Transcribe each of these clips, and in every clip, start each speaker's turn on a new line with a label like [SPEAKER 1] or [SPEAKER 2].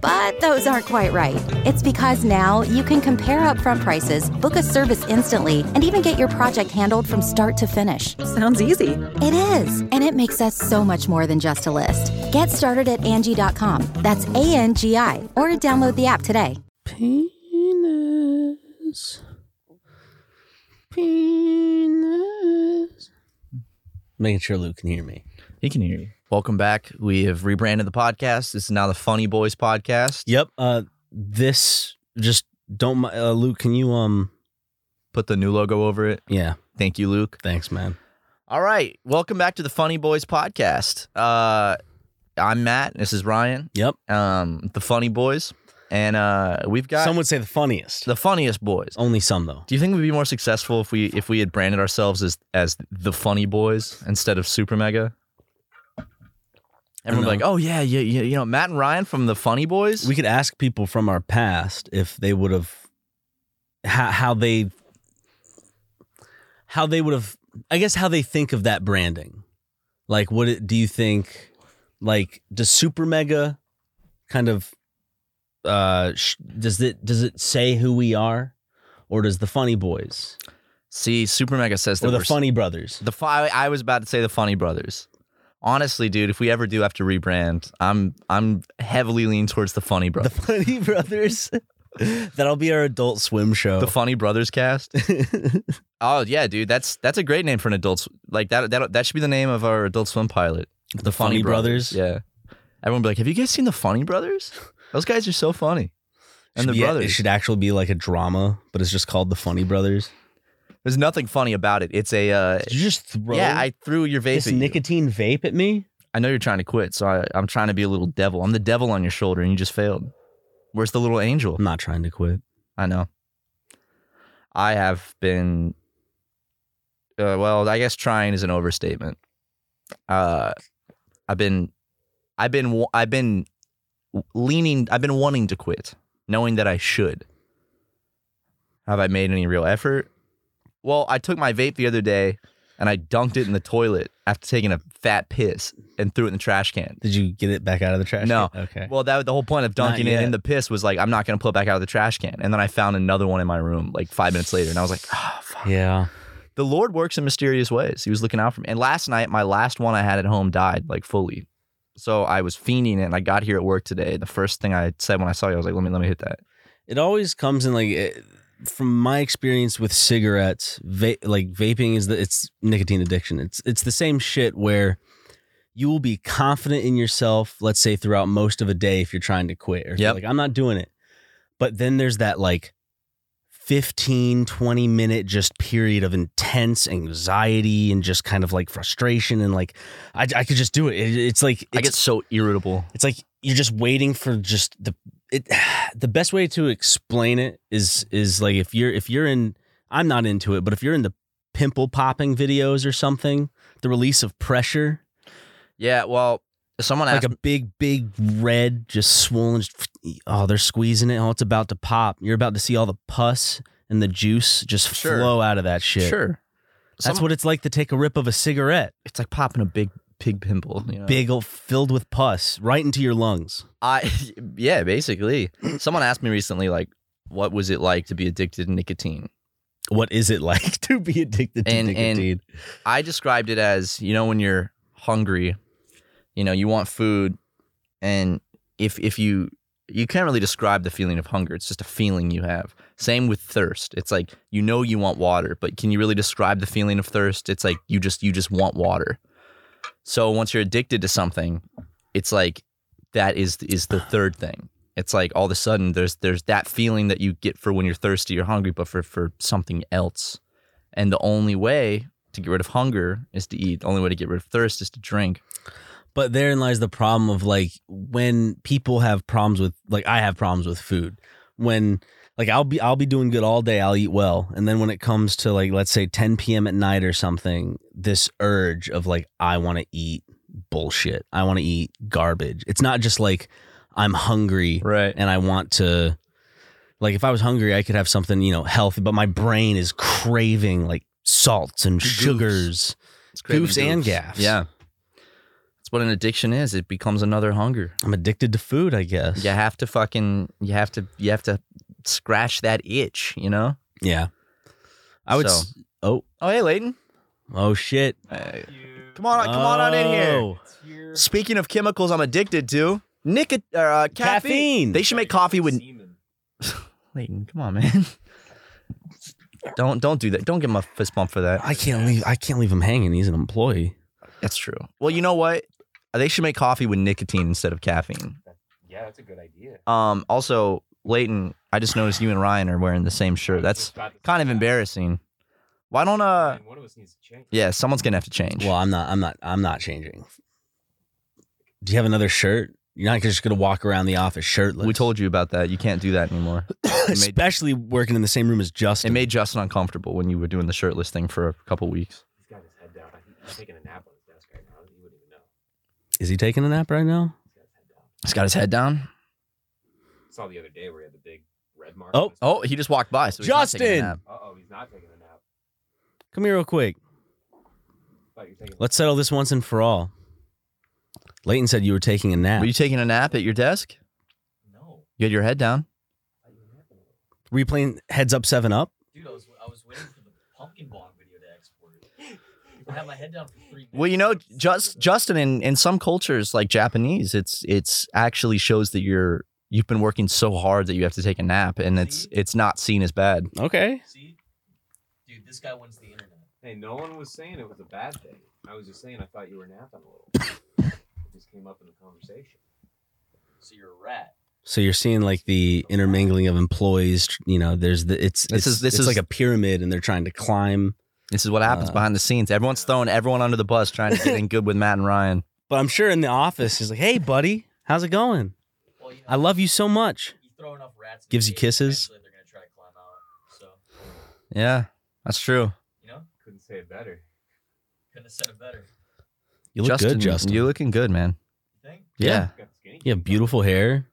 [SPEAKER 1] But those aren't quite right. It's because now you can compare upfront prices, book a service instantly, and even get your project handled from start to finish.
[SPEAKER 2] Sounds easy.
[SPEAKER 1] It is, and it makes us so much more than just a list. Get started at Angie.com. That's A N G I, or download the app today.
[SPEAKER 3] Penis. Penis. Making sure Luke can hear me.
[SPEAKER 4] He can hear you.
[SPEAKER 5] Welcome back. We have rebranded the podcast. This is now the Funny Boys podcast.
[SPEAKER 3] Yep. Uh, this just don't. mi- Uh, Luke, can you um?
[SPEAKER 5] Put the new logo over it.
[SPEAKER 3] Yeah.
[SPEAKER 5] Thank you, Luke.
[SPEAKER 3] Thanks, man.
[SPEAKER 5] All right. Welcome back to the Funny Boys podcast. Uh, I'm Matt. This is Ryan.
[SPEAKER 3] Yep.
[SPEAKER 5] Um, the Funny Boys, and uh, we've got
[SPEAKER 3] Some would say the funniest.
[SPEAKER 5] the funniest boys.
[SPEAKER 3] Only some though.
[SPEAKER 5] Do you think we'd be more successful if we if we had branded ourselves as as the Funny Boys instead of Super Mega? Everyone would be like, oh yeah, yeah, yeah, you know, Matt and Ryan from the Funny Boys.
[SPEAKER 3] We could ask people from our past if they would have how how they how they would have I guess how they think of that branding. Like what it, do you think like does super mega kind of uh sh- does it does it say who we are or does the funny boys
[SPEAKER 5] See, Super Mega says that
[SPEAKER 3] or the
[SPEAKER 5] we're s-
[SPEAKER 3] funny brothers
[SPEAKER 5] The fu- I I was about to say the Funny Brothers. Honestly, dude, if we ever do have to rebrand, I'm I'm heavily leaning towards the Funny
[SPEAKER 3] the
[SPEAKER 5] Brothers.
[SPEAKER 3] funny brothers that'll be our adult swim show
[SPEAKER 5] The, Funny Brothers cast. oh yeah, dude, that's that's a great name for an adult. sw- Like that that that should be the name of our Adult Swim pilot. The,
[SPEAKER 3] Funny Brothers?
[SPEAKER 5] Yeah. Everyone be like, have you guys seen the Funny Brothers? Those guys are so funny. And
[SPEAKER 3] Should
[SPEAKER 5] the
[SPEAKER 3] be- it
[SPEAKER 5] brothers.
[SPEAKER 3] should actually be like a drama but it's just called the funny brothers
[SPEAKER 5] There's nothing funny about it. It's a uh,
[SPEAKER 3] Did you just throw
[SPEAKER 5] yeah. I threw your vape.
[SPEAKER 3] this
[SPEAKER 5] At you.
[SPEAKER 3] nicotine vape at me?
[SPEAKER 5] I know you're trying to quit, so I, I'm trying to be a little devil. I'm the devil on your shoulder, and you just failed. Where's the little angel?
[SPEAKER 3] I'm not trying to quit.
[SPEAKER 5] I know. I have been. Uh, well, I guess trying is an overstatement. Uh, I've been, I've been, wa- I've been leaning. I've been wanting to quit, knowing that I should. Have I made any real effort? Well, I took my vape the other day, and I dunked it in the toilet after taking a fat piss and threw it in the trash can.
[SPEAKER 3] Did you get it back out of the trash?
[SPEAKER 5] No.
[SPEAKER 3] can? Okay.
[SPEAKER 5] Well, that the whole point of
[SPEAKER 3] Not
[SPEAKER 5] dunking it
[SPEAKER 3] yet.
[SPEAKER 5] in the piss was like I'm not gonna pull it back out of the trash can. And then I found another one in my room like five minutes later, and I was like, oh, fuck.
[SPEAKER 3] yeah.
[SPEAKER 5] the Lord works in mysterious ways. He was looking out for me. And last night, my last one I had at home died like fully. So I was fiending it, and I got here at work today. The first thing I said when I saw you, I was like, let me let me hit that.
[SPEAKER 3] It always comes in like, it, from my experience with cigarettes, va- like vaping is the it's nicotine addiction. It's it's the same shit where you will be confident in yourself. Let's say throughout most of a day, if you're trying to quit or if you're
[SPEAKER 5] Yep.
[SPEAKER 3] like I'm not doing it, but then there's that like 15 20 minute just period of intense anxiety and just kind of like frustration and like i, I could just do it, it it's like
[SPEAKER 5] I get
[SPEAKER 3] it's,
[SPEAKER 5] so irritable.
[SPEAKER 3] it's like you're just waiting for just the it the best way to explain it is is like if you're if you're in I'm not into it, but if you're into pimple popping videos or something, the release of pressure,
[SPEAKER 5] Yeah. Well, someone
[SPEAKER 3] like
[SPEAKER 5] asked.
[SPEAKER 3] a big, big red, just swollen. just- Oh, they're squeezing it. Oh, it's about to pop. You're about to see all the pus and the juice just
[SPEAKER 5] Sure.
[SPEAKER 3] flow out of that shit.
[SPEAKER 5] sure.
[SPEAKER 3] That's what it's like to take a rip of a cigarette,
[SPEAKER 5] it's like popping a big pig pimple. You know?
[SPEAKER 3] big old filled with pus, right into your lungs.
[SPEAKER 5] I yeah, basically. Someone asked me recently, like, what was it like to be addicted to nicotine?
[SPEAKER 3] What is it like to be addicted to
[SPEAKER 5] And- and-
[SPEAKER 3] nicotine?
[SPEAKER 5] I described it as, you know, when you're hungry, you know, you want food, and if if you you can't really describe the feeling of hunger. It's just a feeling you have. Same with thirst. It's like you know you want water, but can you really describe the feeling of thirst? It's like you just you just want water. So once you're addicted to something, it's like that is is the third thing. It's like all of a sudden there's there's that feeling that you get for when you're thirsty or hungry, but for for something else. And the only way to get rid of hunger is to eat. The only way to get rid of thirst is to drink.
[SPEAKER 3] But therein lies the problem of like when people have problems with like I have problems with food. When like I'll be I'll be doing good all day, I'll eat well. And then when it comes to like let's say 10 p.m. at night or something, this urge of like I want to eat bullshit. I want to eat garbage. It's not just like I'm hungry
[SPEAKER 5] Right.
[SPEAKER 3] and I want to like if I was hungry, I could have something, you know, healthy, but my brain is craving like salts and sugars.
[SPEAKER 5] It's craving
[SPEAKER 3] Goofs and gaffs.
[SPEAKER 5] Yeah. That's what an addiction is. It becomes another hunger.
[SPEAKER 3] I'm addicted to food, I guess.
[SPEAKER 5] You have to fucking you have to you have to scratch that itch, you know?
[SPEAKER 3] Yeah. I would. s- oh,
[SPEAKER 5] Oh hey Layton.
[SPEAKER 3] oh shit.
[SPEAKER 5] Come on come on on in here.
[SPEAKER 3] Oh.
[SPEAKER 5] Speaking of chemicals I'm addicted to, nicot- or, uh, caffeine.
[SPEAKER 3] Caffeine.
[SPEAKER 5] They should make coffee with Layton, come on, man. Don't don't do that. Don't give him a fist bump for that.
[SPEAKER 3] I can't leave. I can't leave him hanging. He's an employee.
[SPEAKER 5] That's true. Well, you know what? They should make coffee with nicotine instead of caffeine.
[SPEAKER 4] Yeah, that's a good idea.
[SPEAKER 5] Um, also, Leighton, I just noticed you and Ryan are wearing the same shirt. That's kind of embarrassing. Why don't uh?
[SPEAKER 4] And one of us needs to change.
[SPEAKER 5] Yeah, someone's gonna have to change.
[SPEAKER 3] Well, I'm not. I'm not. I'm not changing. Do you have another shirt? You're not just gonna walk around the office shirtless.
[SPEAKER 5] we told you about that. You can't do that anymore. It made,
[SPEAKER 3] especially working in the same room as
[SPEAKER 5] it
[SPEAKER 3] Justin.
[SPEAKER 5] made Justin uncomfortable when you were doing the shirtless thing for a couple weeks.
[SPEAKER 4] He's got his head down. He- He's taking a nap on his desk right now. He wouldn't even know.
[SPEAKER 3] Is he taking a nap right now?
[SPEAKER 5] He's got his head down.
[SPEAKER 4] Saw the other day where he had the big red mark.
[SPEAKER 3] Oh,
[SPEAKER 5] Oh, he just walked by. So he's not taking a
[SPEAKER 3] Justin!
[SPEAKER 5] nap.
[SPEAKER 4] Uh oh, he's not taking a nap.
[SPEAKER 3] Come here real quick.
[SPEAKER 4] Thought you were taking.
[SPEAKER 3] Let's settle this once and for all. Leighton said you were taking a nap.
[SPEAKER 5] Were you taking a nap at your desk?
[SPEAKER 4] No,
[SPEAKER 5] You had your head down.
[SPEAKER 3] were you playing heads up seven up?
[SPEAKER 4] dude, I was I was waiting for the pumpkin bomb video to export. I had my head down for three.
[SPEAKER 5] Well, you know, just Justin, in, in some cultures like Japanese, it's it's actually shows that you're you've been working so hard that you have to take a nap, and it's it's not seen as bad.
[SPEAKER 3] Okay.
[SPEAKER 4] See, dude, this guy wins the internet. Hey, no one was saying it was a bad thing. I was just saying I thought you were napping a little. it just came up in the conversation. So you're a rat.
[SPEAKER 3] So you're seeing like the intermingling of employees. tr- You know, there's the it's
[SPEAKER 5] This
[SPEAKER 3] it's,
[SPEAKER 5] is- this
[SPEAKER 3] it's
[SPEAKER 5] is-
[SPEAKER 3] like a pyramid, and they're trying to climb.
[SPEAKER 5] This is what happens
[SPEAKER 3] Uh.
[SPEAKER 5] behind the scenes. Everyone's throwing everyone under the bus trying to get in good with Matt and Ryan.
[SPEAKER 3] But I'm sure in the office, he's like, "Hey, buddy, how's it going?
[SPEAKER 4] Well, you know,
[SPEAKER 3] I love you so much."
[SPEAKER 4] you throw enough rats. in the
[SPEAKER 3] Gives you
[SPEAKER 4] cage,
[SPEAKER 3] kisses.
[SPEAKER 4] eventually They're gonna try to climb out. So
[SPEAKER 5] Yeah, that's true.
[SPEAKER 4] you know, couldn't say it better. Couldn't have said it better.
[SPEAKER 3] You look
[SPEAKER 5] Justin,
[SPEAKER 3] good, Justin.
[SPEAKER 5] You're looking good, man.
[SPEAKER 4] You think?
[SPEAKER 5] Yeah.
[SPEAKER 4] Got the skinny.
[SPEAKER 3] you have beautiful hair.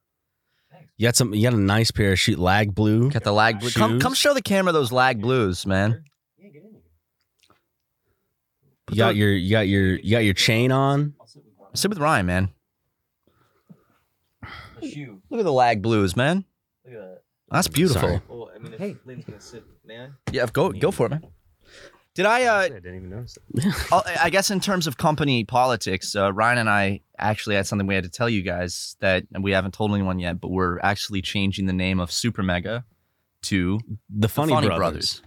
[SPEAKER 4] Thanks.
[SPEAKER 3] You got some. You got a nice pair of shoot lag blue.
[SPEAKER 5] Got the lag. Blue. Come,
[SPEAKER 3] Shoes.
[SPEAKER 5] come show the camera those lag blues, man.
[SPEAKER 4] Yeah, get in here.
[SPEAKER 3] You got your. You got your. You got your chain on.
[SPEAKER 4] I'll sit with one.
[SPEAKER 5] Sit with Ryan, man.
[SPEAKER 4] A shoe.
[SPEAKER 5] Look at the lag blues, man.
[SPEAKER 4] Look at that.
[SPEAKER 5] That's beautiful.
[SPEAKER 3] Sorry.
[SPEAKER 4] Well, I mean, if hey. Lynn's gonna sit, man.
[SPEAKER 5] Yeah, go go for it, man. Did I uh,
[SPEAKER 4] I didn't even notice it.
[SPEAKER 5] Oh, I- I guess in terms of company politics, uh, Ryan and I actually had something we had to tell you guys that we haven't told anyone yet, but we're actually changing the name of Super Mega to
[SPEAKER 3] The funny,
[SPEAKER 5] Funny
[SPEAKER 3] brothers.
[SPEAKER 5] Brothers.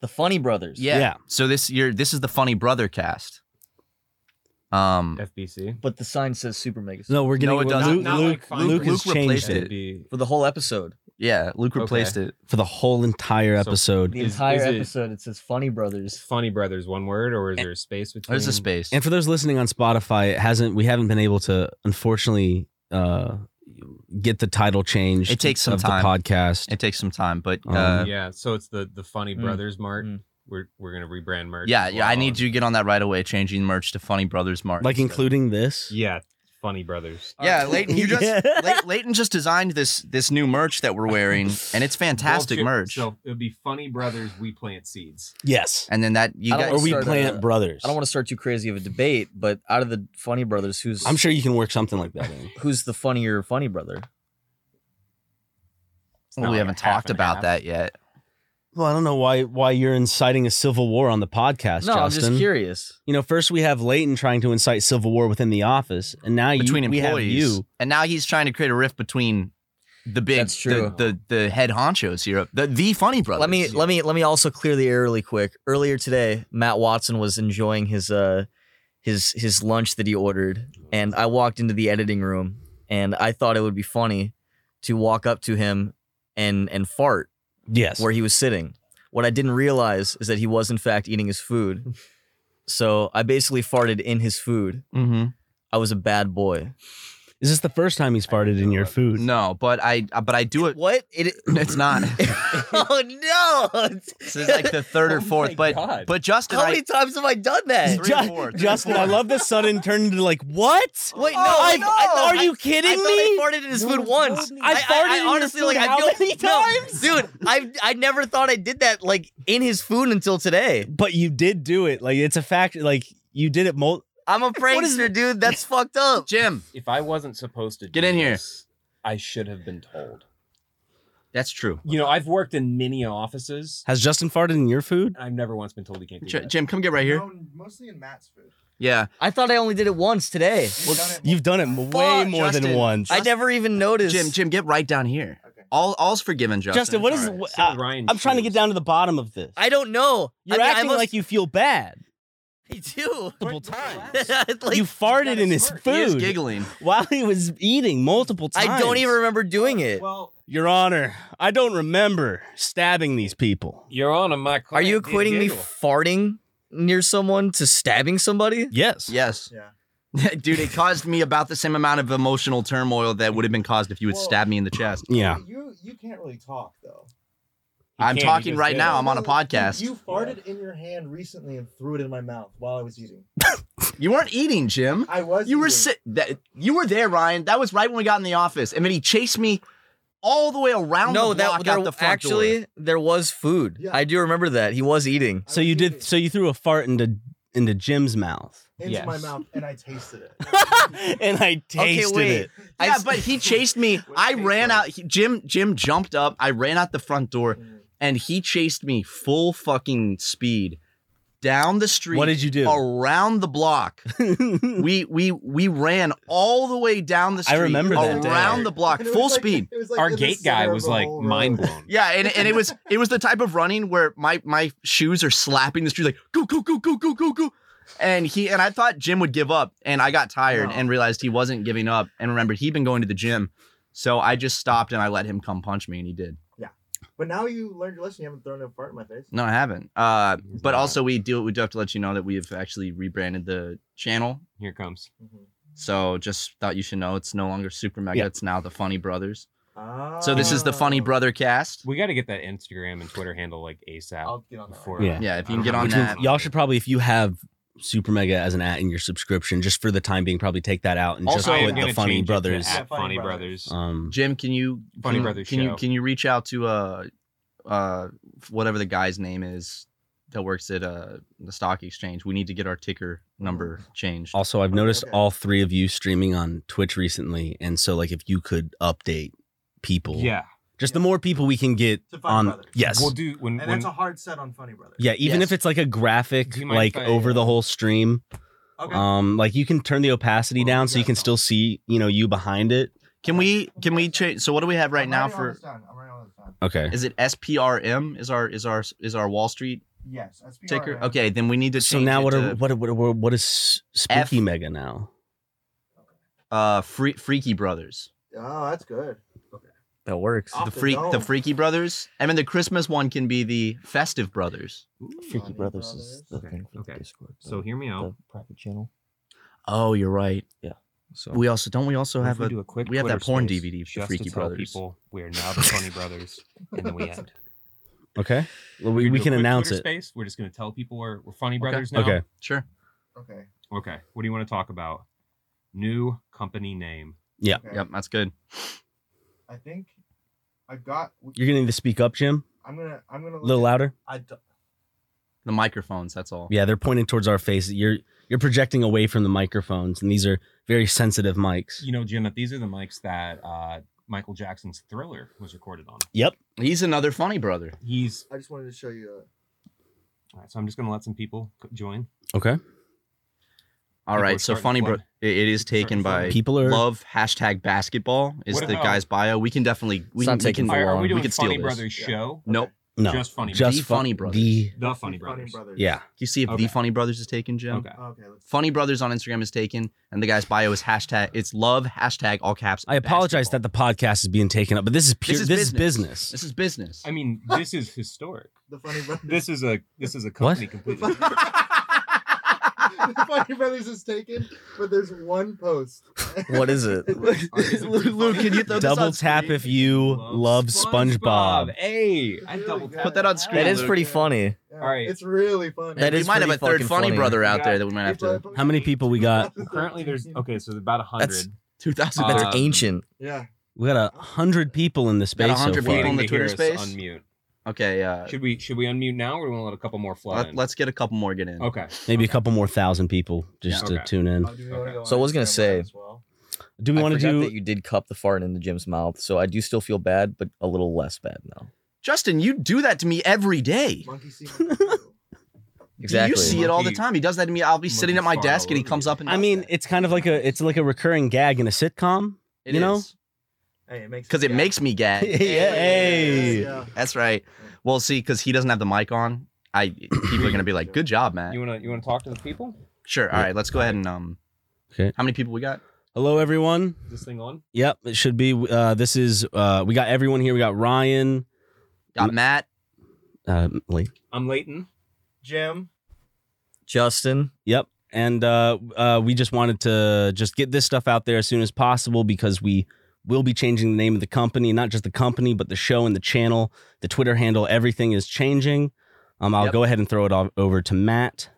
[SPEAKER 6] The Funny Brothers.
[SPEAKER 3] Yeah.
[SPEAKER 5] So this year, this is the Funny Brother cast. Um,
[SPEAKER 4] FBC.
[SPEAKER 6] But the sign says Super Mega
[SPEAKER 3] No, we're getting.
[SPEAKER 5] No, it
[SPEAKER 3] we're-
[SPEAKER 5] doesn't.
[SPEAKER 3] Luke,
[SPEAKER 4] Not like
[SPEAKER 3] Luke,
[SPEAKER 4] Funny
[SPEAKER 3] Luke has
[SPEAKER 5] Brothers. Luke
[SPEAKER 3] changed it
[SPEAKER 5] replaced it.
[SPEAKER 6] for the whole episode.
[SPEAKER 5] yeah, Luke replaced it.
[SPEAKER 3] for the whole entire
[SPEAKER 4] So-
[SPEAKER 3] episode.
[SPEAKER 6] The
[SPEAKER 4] Is-
[SPEAKER 6] entire
[SPEAKER 4] is it-
[SPEAKER 6] episode, it, says Funny Brothers.
[SPEAKER 4] Funny Brothers, one word, or is there a space between?
[SPEAKER 5] There's a space.
[SPEAKER 3] And for those listening on Spotify, it hasn't we haven't been able to unfortunately uh, get the title changed.
[SPEAKER 5] It takes some
[SPEAKER 3] of
[SPEAKER 5] time.
[SPEAKER 3] the podcast.
[SPEAKER 5] It takes some time, but
[SPEAKER 3] Um,
[SPEAKER 5] uh, yeah,
[SPEAKER 4] Yeah, so it's the the Funny
[SPEAKER 6] Mm.
[SPEAKER 4] Brothers mark.
[SPEAKER 6] Mm.
[SPEAKER 4] We're we're gonna rebrand merch.
[SPEAKER 5] yeah,
[SPEAKER 4] as
[SPEAKER 5] I
[SPEAKER 4] well.
[SPEAKER 5] need you to get on that right away. Changing merch to Funny Brothers Mark.
[SPEAKER 3] like including this.
[SPEAKER 4] Yeah, Funny Brothers.
[SPEAKER 5] Yeah, Leighton, you just
[SPEAKER 6] Yeah.
[SPEAKER 5] Lay- Leighton just designed this this new merch that we're wearing, and it's fantastic
[SPEAKER 4] Bullshit.
[SPEAKER 5] merch.
[SPEAKER 4] So it would be Funny Brothers. We plant seeds.
[SPEAKER 3] Yes.
[SPEAKER 5] and then that you
[SPEAKER 6] I don't
[SPEAKER 5] guys
[SPEAKER 3] Or we
[SPEAKER 6] Start,
[SPEAKER 3] plant
[SPEAKER 6] uh,
[SPEAKER 3] brothers.
[SPEAKER 6] I don't want to start too crazy of a debate, but out of the Funny Brothers, who's
[SPEAKER 3] I'm sure you can work something like that. in.
[SPEAKER 6] who's the funnier Funny Brother?
[SPEAKER 4] It's not
[SPEAKER 5] we
[SPEAKER 4] like
[SPEAKER 5] haven't
[SPEAKER 4] a half
[SPEAKER 5] talked
[SPEAKER 4] and
[SPEAKER 5] about
[SPEAKER 4] half.
[SPEAKER 5] that yet.
[SPEAKER 3] well, I don't know why why you're inciting a civil war on the podcast,
[SPEAKER 6] no, I'm
[SPEAKER 3] Justin.
[SPEAKER 6] just curious.
[SPEAKER 3] You know, first we have Leighton trying to incite civil war within the office, and now you-
[SPEAKER 5] between
[SPEAKER 3] we have
[SPEAKER 5] employees.
[SPEAKER 3] you.
[SPEAKER 5] And now he's trying to create a rift between the big,
[SPEAKER 6] That's true.
[SPEAKER 5] The, the the head honchos here, the the funny brothers.
[SPEAKER 6] Let me let me let me also clear the air really quick. Earlier today, Matt Watson was enjoying his uh his his lunch that he ordered, and I walked into the editing room, and I thought it would be funny to walk up to him and and fart
[SPEAKER 3] Yes.
[SPEAKER 6] where he was sitting. What I didn't realize is that he was in fact eating his food. So I basically farted in his food.
[SPEAKER 5] Mm-hmm.
[SPEAKER 6] I was a bad boy.
[SPEAKER 3] Is this the first time he's farted in your food?
[SPEAKER 5] No, but I uh, but I do it.
[SPEAKER 6] What? It,
[SPEAKER 5] It's not.
[SPEAKER 6] oh no! Oh
[SPEAKER 5] this is like the third or fourth. but but Justin,
[SPEAKER 6] How
[SPEAKER 5] I,
[SPEAKER 6] many times have I done that?
[SPEAKER 5] Three or four, three or
[SPEAKER 3] Justin, I
[SPEAKER 5] four.
[SPEAKER 3] love the sudden turn into like what? Oh,
[SPEAKER 6] Wait, no,
[SPEAKER 3] I-
[SPEAKER 6] I- I thought-
[SPEAKER 3] are you kidding
[SPEAKER 6] I
[SPEAKER 3] me?
[SPEAKER 6] thought I farted in his food once.
[SPEAKER 3] I farted in your
[SPEAKER 6] honestly
[SPEAKER 3] food
[SPEAKER 6] like
[SPEAKER 3] how
[SPEAKER 6] I feel
[SPEAKER 3] many
[SPEAKER 6] No,
[SPEAKER 3] times?
[SPEAKER 6] dude. I I never thought I did that like in his food until today.
[SPEAKER 3] but you did do it. Like it's a fact. Like you did it. Mul-
[SPEAKER 6] I'm a
[SPEAKER 3] What is-
[SPEAKER 6] prankster, dude. That's fucked up.
[SPEAKER 5] Jim,
[SPEAKER 4] If I wasn't supposed to
[SPEAKER 5] Get
[SPEAKER 4] do
[SPEAKER 5] in here.
[SPEAKER 4] this, I should have been told.
[SPEAKER 5] that's true.
[SPEAKER 4] You know, I've worked in many offices.
[SPEAKER 3] Has Justin farted in your food?
[SPEAKER 4] and I've never once been told you can't do
[SPEAKER 5] J-
[SPEAKER 4] that.
[SPEAKER 5] Jim, come get right here.
[SPEAKER 7] mostly in Matt's food.
[SPEAKER 5] Yeah,
[SPEAKER 6] I thought I only did it once today.
[SPEAKER 3] You've done it m- way more than
[SPEAKER 5] Justin.
[SPEAKER 3] once.
[SPEAKER 6] I never even noticed.
[SPEAKER 5] Jim, Jim, get right down here. All all's forgiven, Justin.
[SPEAKER 3] Justin, what
[SPEAKER 5] It's
[SPEAKER 3] is?
[SPEAKER 5] all right.
[SPEAKER 3] wh-
[SPEAKER 4] Sit with
[SPEAKER 3] I-
[SPEAKER 4] Ryan's
[SPEAKER 3] I'm trying to
[SPEAKER 4] shoes.
[SPEAKER 3] get down to the bottom of this.
[SPEAKER 6] I don't know.
[SPEAKER 3] You're
[SPEAKER 6] I mean, I
[SPEAKER 3] acting
[SPEAKER 6] must-
[SPEAKER 3] like you feel bad.
[SPEAKER 6] I do.
[SPEAKER 3] Multiple times.
[SPEAKER 6] It's like,
[SPEAKER 3] you farted in his
[SPEAKER 4] smart.
[SPEAKER 3] food
[SPEAKER 5] He is giggling.
[SPEAKER 3] while he was eating multiple times.
[SPEAKER 6] I don't even remember doing it.
[SPEAKER 4] Well,
[SPEAKER 3] Your Honor, I don't remember stabbing these people.
[SPEAKER 4] Your Honor, my
[SPEAKER 6] Are you equating me farting near someone to stabbing somebody?
[SPEAKER 3] Yes.
[SPEAKER 5] Yes.
[SPEAKER 7] Yeah.
[SPEAKER 5] Dude, it caused me about the same amount of emotional turmoil that would have been caused if you had
[SPEAKER 7] Well-
[SPEAKER 5] stabbed me in the chest.
[SPEAKER 3] Yeah.
[SPEAKER 7] You you can't really talk though.
[SPEAKER 5] I'm
[SPEAKER 4] can't, he
[SPEAKER 5] talking
[SPEAKER 4] just
[SPEAKER 5] right
[SPEAKER 4] did.
[SPEAKER 5] now. I'm on a
[SPEAKER 7] You-
[SPEAKER 5] podcast.
[SPEAKER 7] You,
[SPEAKER 5] You,
[SPEAKER 7] farted in your hand recently and threw it in my mouth while I was eating.
[SPEAKER 5] weren't eating, Jim.
[SPEAKER 7] I was.
[SPEAKER 5] You were
[SPEAKER 7] eating.
[SPEAKER 5] sit. That, you were there, Ryan. That was right when we got in the office, and then he chased me all the way around
[SPEAKER 6] No,
[SPEAKER 5] the block
[SPEAKER 6] that there,
[SPEAKER 5] out the front
[SPEAKER 6] actually
[SPEAKER 5] door.
[SPEAKER 6] there was food.
[SPEAKER 7] Yeah.
[SPEAKER 6] I do remember that he was eating.
[SPEAKER 7] I
[SPEAKER 3] So
[SPEAKER 7] was
[SPEAKER 3] you
[SPEAKER 7] eating
[SPEAKER 3] did. So you threw a fart into into Jim's mouth,
[SPEAKER 7] into my
[SPEAKER 4] Yes.
[SPEAKER 7] mouth and I tasted it.
[SPEAKER 3] and I tasted
[SPEAKER 6] wait.
[SPEAKER 3] it.
[SPEAKER 6] I
[SPEAKER 5] Yeah,
[SPEAKER 6] s-
[SPEAKER 5] but he chased me. I ran out. He, Jim, Jim jumped up. I ran out the front door,
[SPEAKER 3] Mm.
[SPEAKER 5] and he chased me full fucking speed down the street.
[SPEAKER 3] What did you do?
[SPEAKER 5] Around the block. we we we ran all the way down the
[SPEAKER 3] I
[SPEAKER 5] street.
[SPEAKER 3] remember that day.
[SPEAKER 5] around the block,
[SPEAKER 7] And it was
[SPEAKER 5] full
[SPEAKER 7] like-
[SPEAKER 5] speed.
[SPEAKER 7] it was like
[SPEAKER 4] Our
[SPEAKER 7] in the
[SPEAKER 4] gate
[SPEAKER 7] center
[SPEAKER 4] guy
[SPEAKER 7] of
[SPEAKER 4] was
[SPEAKER 7] a
[SPEAKER 4] like
[SPEAKER 7] whole
[SPEAKER 4] mind
[SPEAKER 7] road.
[SPEAKER 4] blown.
[SPEAKER 5] Yeah, and, and it was it was the type of running where my my shoes are slapping the street like go go go go go go go, and he and I thought Jim would give up, and I got tired and realized he wasn't giving up, and remembered he'd been going to the gym, so I just stopped and I let him come punch me, and he did.
[SPEAKER 7] But now you learned your lesson. You haven't thrown a fart in my face.
[SPEAKER 5] No, I haven't. Uh, but also we do we do have to let you know that we have actually rebranded the channel,
[SPEAKER 4] Here it comes.
[SPEAKER 5] Mm-hmm.
[SPEAKER 7] Mhm.
[SPEAKER 5] so just thought you should know it's no longer Super Mega,
[SPEAKER 3] Yeah.
[SPEAKER 5] it's now the Funny Brothers.
[SPEAKER 7] Ah.
[SPEAKER 5] So this is
[SPEAKER 8] Oh.
[SPEAKER 5] the Funny Brother cast.
[SPEAKER 4] We got to get that Instagram and Twitter handle like ASAP.
[SPEAKER 7] I'll get on that.
[SPEAKER 4] before,
[SPEAKER 7] one.
[SPEAKER 3] Yeah.
[SPEAKER 5] Yeah, if
[SPEAKER 4] I
[SPEAKER 5] you can
[SPEAKER 4] don't
[SPEAKER 5] get
[SPEAKER 4] know.
[SPEAKER 5] on
[SPEAKER 4] Which
[SPEAKER 5] that.
[SPEAKER 4] one's-
[SPEAKER 3] Y'all should probably, if you have Super Mega as an at in your subscription, just for the time being, probably take that out and
[SPEAKER 5] Also, I
[SPEAKER 3] just
[SPEAKER 5] am
[SPEAKER 3] put
[SPEAKER 5] gonna
[SPEAKER 3] the Funny Brothers.
[SPEAKER 7] at Funny
[SPEAKER 4] Funny
[SPEAKER 7] Brothers.
[SPEAKER 4] Brothers.
[SPEAKER 3] Um,
[SPEAKER 5] Jim, can you
[SPEAKER 4] Funny
[SPEAKER 5] can,
[SPEAKER 4] Brothers
[SPEAKER 5] Can you
[SPEAKER 4] show.
[SPEAKER 5] can you reach out to uh uh whatever the guy's name is that works at uh the stock exchange? We need to get our ticker number changed.
[SPEAKER 3] also, I've noticed
[SPEAKER 7] okay.
[SPEAKER 3] all three of you streaming on Twitch recently, and so like if you could update people,
[SPEAKER 5] Oh,
[SPEAKER 4] Yeah.
[SPEAKER 3] just the more people we can get
[SPEAKER 7] To Funny
[SPEAKER 3] on,
[SPEAKER 7] Brothers.
[SPEAKER 3] yes,
[SPEAKER 4] We'll do when.
[SPEAKER 7] And
[SPEAKER 4] when
[SPEAKER 7] that's a hard set on Funny Brothers.
[SPEAKER 3] yeah, even
[SPEAKER 5] Yes.
[SPEAKER 3] if it's like a graphic,
[SPEAKER 4] Do you mind
[SPEAKER 3] like
[SPEAKER 4] if I,
[SPEAKER 3] over the
[SPEAKER 4] uh,
[SPEAKER 3] whole stream,
[SPEAKER 7] Okay.
[SPEAKER 3] um, like you can turn the opacity
[SPEAKER 7] Well,
[SPEAKER 3] down so
[SPEAKER 7] yeah,
[SPEAKER 3] you can
[SPEAKER 7] no.
[SPEAKER 3] still see, you know, you behind it.
[SPEAKER 5] Can we can we change? So what do we have right
[SPEAKER 7] I'm
[SPEAKER 5] now
[SPEAKER 7] writing all
[SPEAKER 5] for?
[SPEAKER 7] this down. I'm writing all this down.
[SPEAKER 3] Okay,
[SPEAKER 5] Is it SPRM? Is our is our is our Wall Street
[SPEAKER 7] Yes. That's
[SPEAKER 5] ticker?
[SPEAKER 7] PRM.
[SPEAKER 5] Okay, then we need to change.
[SPEAKER 3] so now
[SPEAKER 5] it
[SPEAKER 3] what
[SPEAKER 5] to,
[SPEAKER 3] are, what are, what are, what is
[SPEAKER 5] F-
[SPEAKER 3] Spooky Mega now?
[SPEAKER 5] uh free, Freaky Brothers?
[SPEAKER 7] Oh, that's good.
[SPEAKER 6] That works.
[SPEAKER 7] Off
[SPEAKER 5] The
[SPEAKER 7] the
[SPEAKER 5] freak the
[SPEAKER 7] dome.
[SPEAKER 5] Freaky Brothers. I mean the Christmas one can be the Festive Brothers.
[SPEAKER 7] Funny
[SPEAKER 4] Okay, okay. So hear me out.
[SPEAKER 6] private channel.
[SPEAKER 5] Oh, you're right.
[SPEAKER 6] So
[SPEAKER 5] We also don't we also
[SPEAKER 4] What if
[SPEAKER 5] have
[SPEAKER 4] we
[SPEAKER 5] a
[SPEAKER 4] do a quick
[SPEAKER 5] we have that
[SPEAKER 4] Twitter
[SPEAKER 5] porn
[SPEAKER 4] space
[SPEAKER 5] DVD for
[SPEAKER 4] just to
[SPEAKER 5] Freaky
[SPEAKER 4] tell
[SPEAKER 5] Brothers.
[SPEAKER 4] People we are now the Funny Brothers, and then we end.
[SPEAKER 3] Okay, well,
[SPEAKER 4] We're
[SPEAKER 3] we,
[SPEAKER 4] gonna
[SPEAKER 3] we
[SPEAKER 4] do a
[SPEAKER 3] can
[SPEAKER 4] quick
[SPEAKER 3] announce
[SPEAKER 4] Twitter
[SPEAKER 3] it.
[SPEAKER 4] Space. We're just going to tell people we're, we're Funny
[SPEAKER 5] Okay.
[SPEAKER 4] Brothers now.
[SPEAKER 3] Okay,
[SPEAKER 5] Sure.
[SPEAKER 7] Okay.
[SPEAKER 4] Okay. What do you want to talk about? New company name.
[SPEAKER 7] Okay.
[SPEAKER 5] Yep, that's good.
[SPEAKER 7] I think I got.
[SPEAKER 3] you're gonna need to speak up, Jim.
[SPEAKER 7] I'm gonna. I'm gonna.
[SPEAKER 3] A little
[SPEAKER 7] look
[SPEAKER 3] louder.
[SPEAKER 7] at- I d-
[SPEAKER 5] The microphones, that's all.
[SPEAKER 3] Yeah, they're pointing towards our faces. You're you're projecting away from the microphones, and these are very sensitive mics.
[SPEAKER 4] You know, Jim, that these are the mics that uh, Michael Jackson's Thriller was recorded on.
[SPEAKER 3] Yep.
[SPEAKER 5] He's another funny brother.
[SPEAKER 4] He's.
[SPEAKER 7] I just wanted to show you. uh,
[SPEAKER 4] All right, so I'm just going to let some people c- join.
[SPEAKER 3] Okay.
[SPEAKER 5] All
[SPEAKER 4] People are
[SPEAKER 5] right, so
[SPEAKER 4] starting to
[SPEAKER 5] funny
[SPEAKER 4] flood.
[SPEAKER 5] brother. It it is taken
[SPEAKER 4] Starting to
[SPEAKER 5] by
[SPEAKER 4] flood.
[SPEAKER 3] People are.
[SPEAKER 5] love hashtag basketball is
[SPEAKER 4] What
[SPEAKER 5] the
[SPEAKER 4] about-
[SPEAKER 5] guy's bio. We can definitely we
[SPEAKER 6] It's not
[SPEAKER 5] can, we
[SPEAKER 6] taking
[SPEAKER 5] can
[SPEAKER 6] for
[SPEAKER 4] Are, are we doing
[SPEAKER 5] we can steal
[SPEAKER 4] Funny
[SPEAKER 5] this.
[SPEAKER 4] Brothers
[SPEAKER 7] Yeah.
[SPEAKER 4] show?
[SPEAKER 5] Nope.
[SPEAKER 3] No,
[SPEAKER 4] Just funny.
[SPEAKER 3] just
[SPEAKER 5] The
[SPEAKER 3] fun-
[SPEAKER 5] Funny Brothers.
[SPEAKER 3] The,
[SPEAKER 4] the funny
[SPEAKER 7] Funny
[SPEAKER 4] brothers.
[SPEAKER 7] Brothers.
[SPEAKER 3] yeah,
[SPEAKER 5] you see if
[SPEAKER 4] Okay.
[SPEAKER 5] the Funny Brothers is taken, Jim?
[SPEAKER 4] Okay.
[SPEAKER 7] Okay. Let's,
[SPEAKER 5] Funny Brothers on Instagram is taken, and the guy's bio is hashtag it's love hashtag all caps.
[SPEAKER 3] I apologize
[SPEAKER 5] basketball.
[SPEAKER 3] that the podcast is being taken up, but this is pure. This is
[SPEAKER 5] is
[SPEAKER 3] business.
[SPEAKER 5] this is business.
[SPEAKER 4] I mean, this is historic.
[SPEAKER 7] the Funny Brothers.
[SPEAKER 4] This is a this is a
[SPEAKER 3] What?
[SPEAKER 4] company
[SPEAKER 7] the,
[SPEAKER 4] completely.
[SPEAKER 7] funny, the Funny Brothers is taken, but there's one post.
[SPEAKER 6] What is it?
[SPEAKER 5] Luke, Luke, can you throw
[SPEAKER 3] Double
[SPEAKER 5] this on
[SPEAKER 3] tap
[SPEAKER 5] screen?
[SPEAKER 3] if you love SpongeBob.
[SPEAKER 4] Hey, I
[SPEAKER 7] Really
[SPEAKER 4] double
[SPEAKER 7] good.
[SPEAKER 4] tap.
[SPEAKER 5] Put that on screen,
[SPEAKER 6] that is
[SPEAKER 5] Luke.
[SPEAKER 6] pretty funny.
[SPEAKER 7] Yeah,
[SPEAKER 4] All right.
[SPEAKER 7] It's really funny.
[SPEAKER 6] That
[SPEAKER 5] we
[SPEAKER 6] is
[SPEAKER 5] might have
[SPEAKER 6] pretty
[SPEAKER 5] a third
[SPEAKER 6] fucking
[SPEAKER 5] funny,
[SPEAKER 6] funny.
[SPEAKER 5] brother out
[SPEAKER 4] Yeah.
[SPEAKER 5] there that we might have to.
[SPEAKER 3] How many people we got?
[SPEAKER 4] Currently, there's okay, so about a
[SPEAKER 6] That's-
[SPEAKER 4] hundred.
[SPEAKER 5] That's
[SPEAKER 6] That's
[SPEAKER 4] Um,
[SPEAKER 6] ancient.
[SPEAKER 7] Yeah.
[SPEAKER 3] We got a hundred people in the
[SPEAKER 5] Got
[SPEAKER 3] space. So
[SPEAKER 5] 100
[SPEAKER 3] far.
[SPEAKER 5] people in the Twitter space?
[SPEAKER 4] Unmute.
[SPEAKER 5] Okay, uh,
[SPEAKER 4] Should we should we unmute now, or do we want to let a couple more fly? in?
[SPEAKER 5] let, us get a couple more get in.
[SPEAKER 4] Okay.
[SPEAKER 3] Maybe a couple more thousand people just
[SPEAKER 4] Yeah.
[SPEAKER 3] to
[SPEAKER 4] Okay.
[SPEAKER 3] tune in.
[SPEAKER 7] Oh, do we wanna go
[SPEAKER 6] So I
[SPEAKER 7] on
[SPEAKER 6] was gonna
[SPEAKER 7] Instagram
[SPEAKER 6] say-
[SPEAKER 7] Live as well?
[SPEAKER 3] Do we
[SPEAKER 6] I
[SPEAKER 3] want to
[SPEAKER 6] forgot
[SPEAKER 3] do?
[SPEAKER 6] that you did cup the fart into Jim's mouth, so I do still feel bad, but a little less bad now.
[SPEAKER 5] Justin, you do that to me every day.
[SPEAKER 7] Monkey see. monkey do.
[SPEAKER 6] Exactly.
[SPEAKER 5] You see it all the
[SPEAKER 4] Monkey-
[SPEAKER 5] time. He does that to me. I'll be sitting at my
[SPEAKER 4] monkey
[SPEAKER 5] desk and he
[SPEAKER 4] follow.
[SPEAKER 5] comes up and
[SPEAKER 3] I
[SPEAKER 5] does
[SPEAKER 3] mean,
[SPEAKER 5] that.
[SPEAKER 3] it's kind of like a it's like a recurring gag in a sitcom.
[SPEAKER 5] It
[SPEAKER 3] you know?
[SPEAKER 5] is.
[SPEAKER 7] Hey, it makes
[SPEAKER 5] because it makes me gag.
[SPEAKER 3] Hey.
[SPEAKER 7] Yeah, yeah.
[SPEAKER 5] That's right. Well, see, because he doesn't have the mic on, I people are gonna be like, "Good job, Matt."
[SPEAKER 4] You wanna you wanna talk to the people?
[SPEAKER 5] Sure. All right, let's go ahead and um.
[SPEAKER 3] Okay.
[SPEAKER 5] How many people we got?
[SPEAKER 3] Hello, everyone.
[SPEAKER 4] Is this thing on?
[SPEAKER 3] Yep, it should be. Uh, this is uh, we got everyone here. We got Ryan,
[SPEAKER 5] Got Matt.
[SPEAKER 3] uh, Lee.
[SPEAKER 4] I'm Leighton.
[SPEAKER 7] Jim.
[SPEAKER 6] Justin.
[SPEAKER 3] Yep, and uh, uh, we just wanted to just get this stuff out there as soon as possible because we will be changing the name of the company, not just the company, but the show and the channel, the Twitter handle. Everything is changing. Um, I'll
[SPEAKER 5] Yep.
[SPEAKER 3] go ahead and throw it all over to Matt.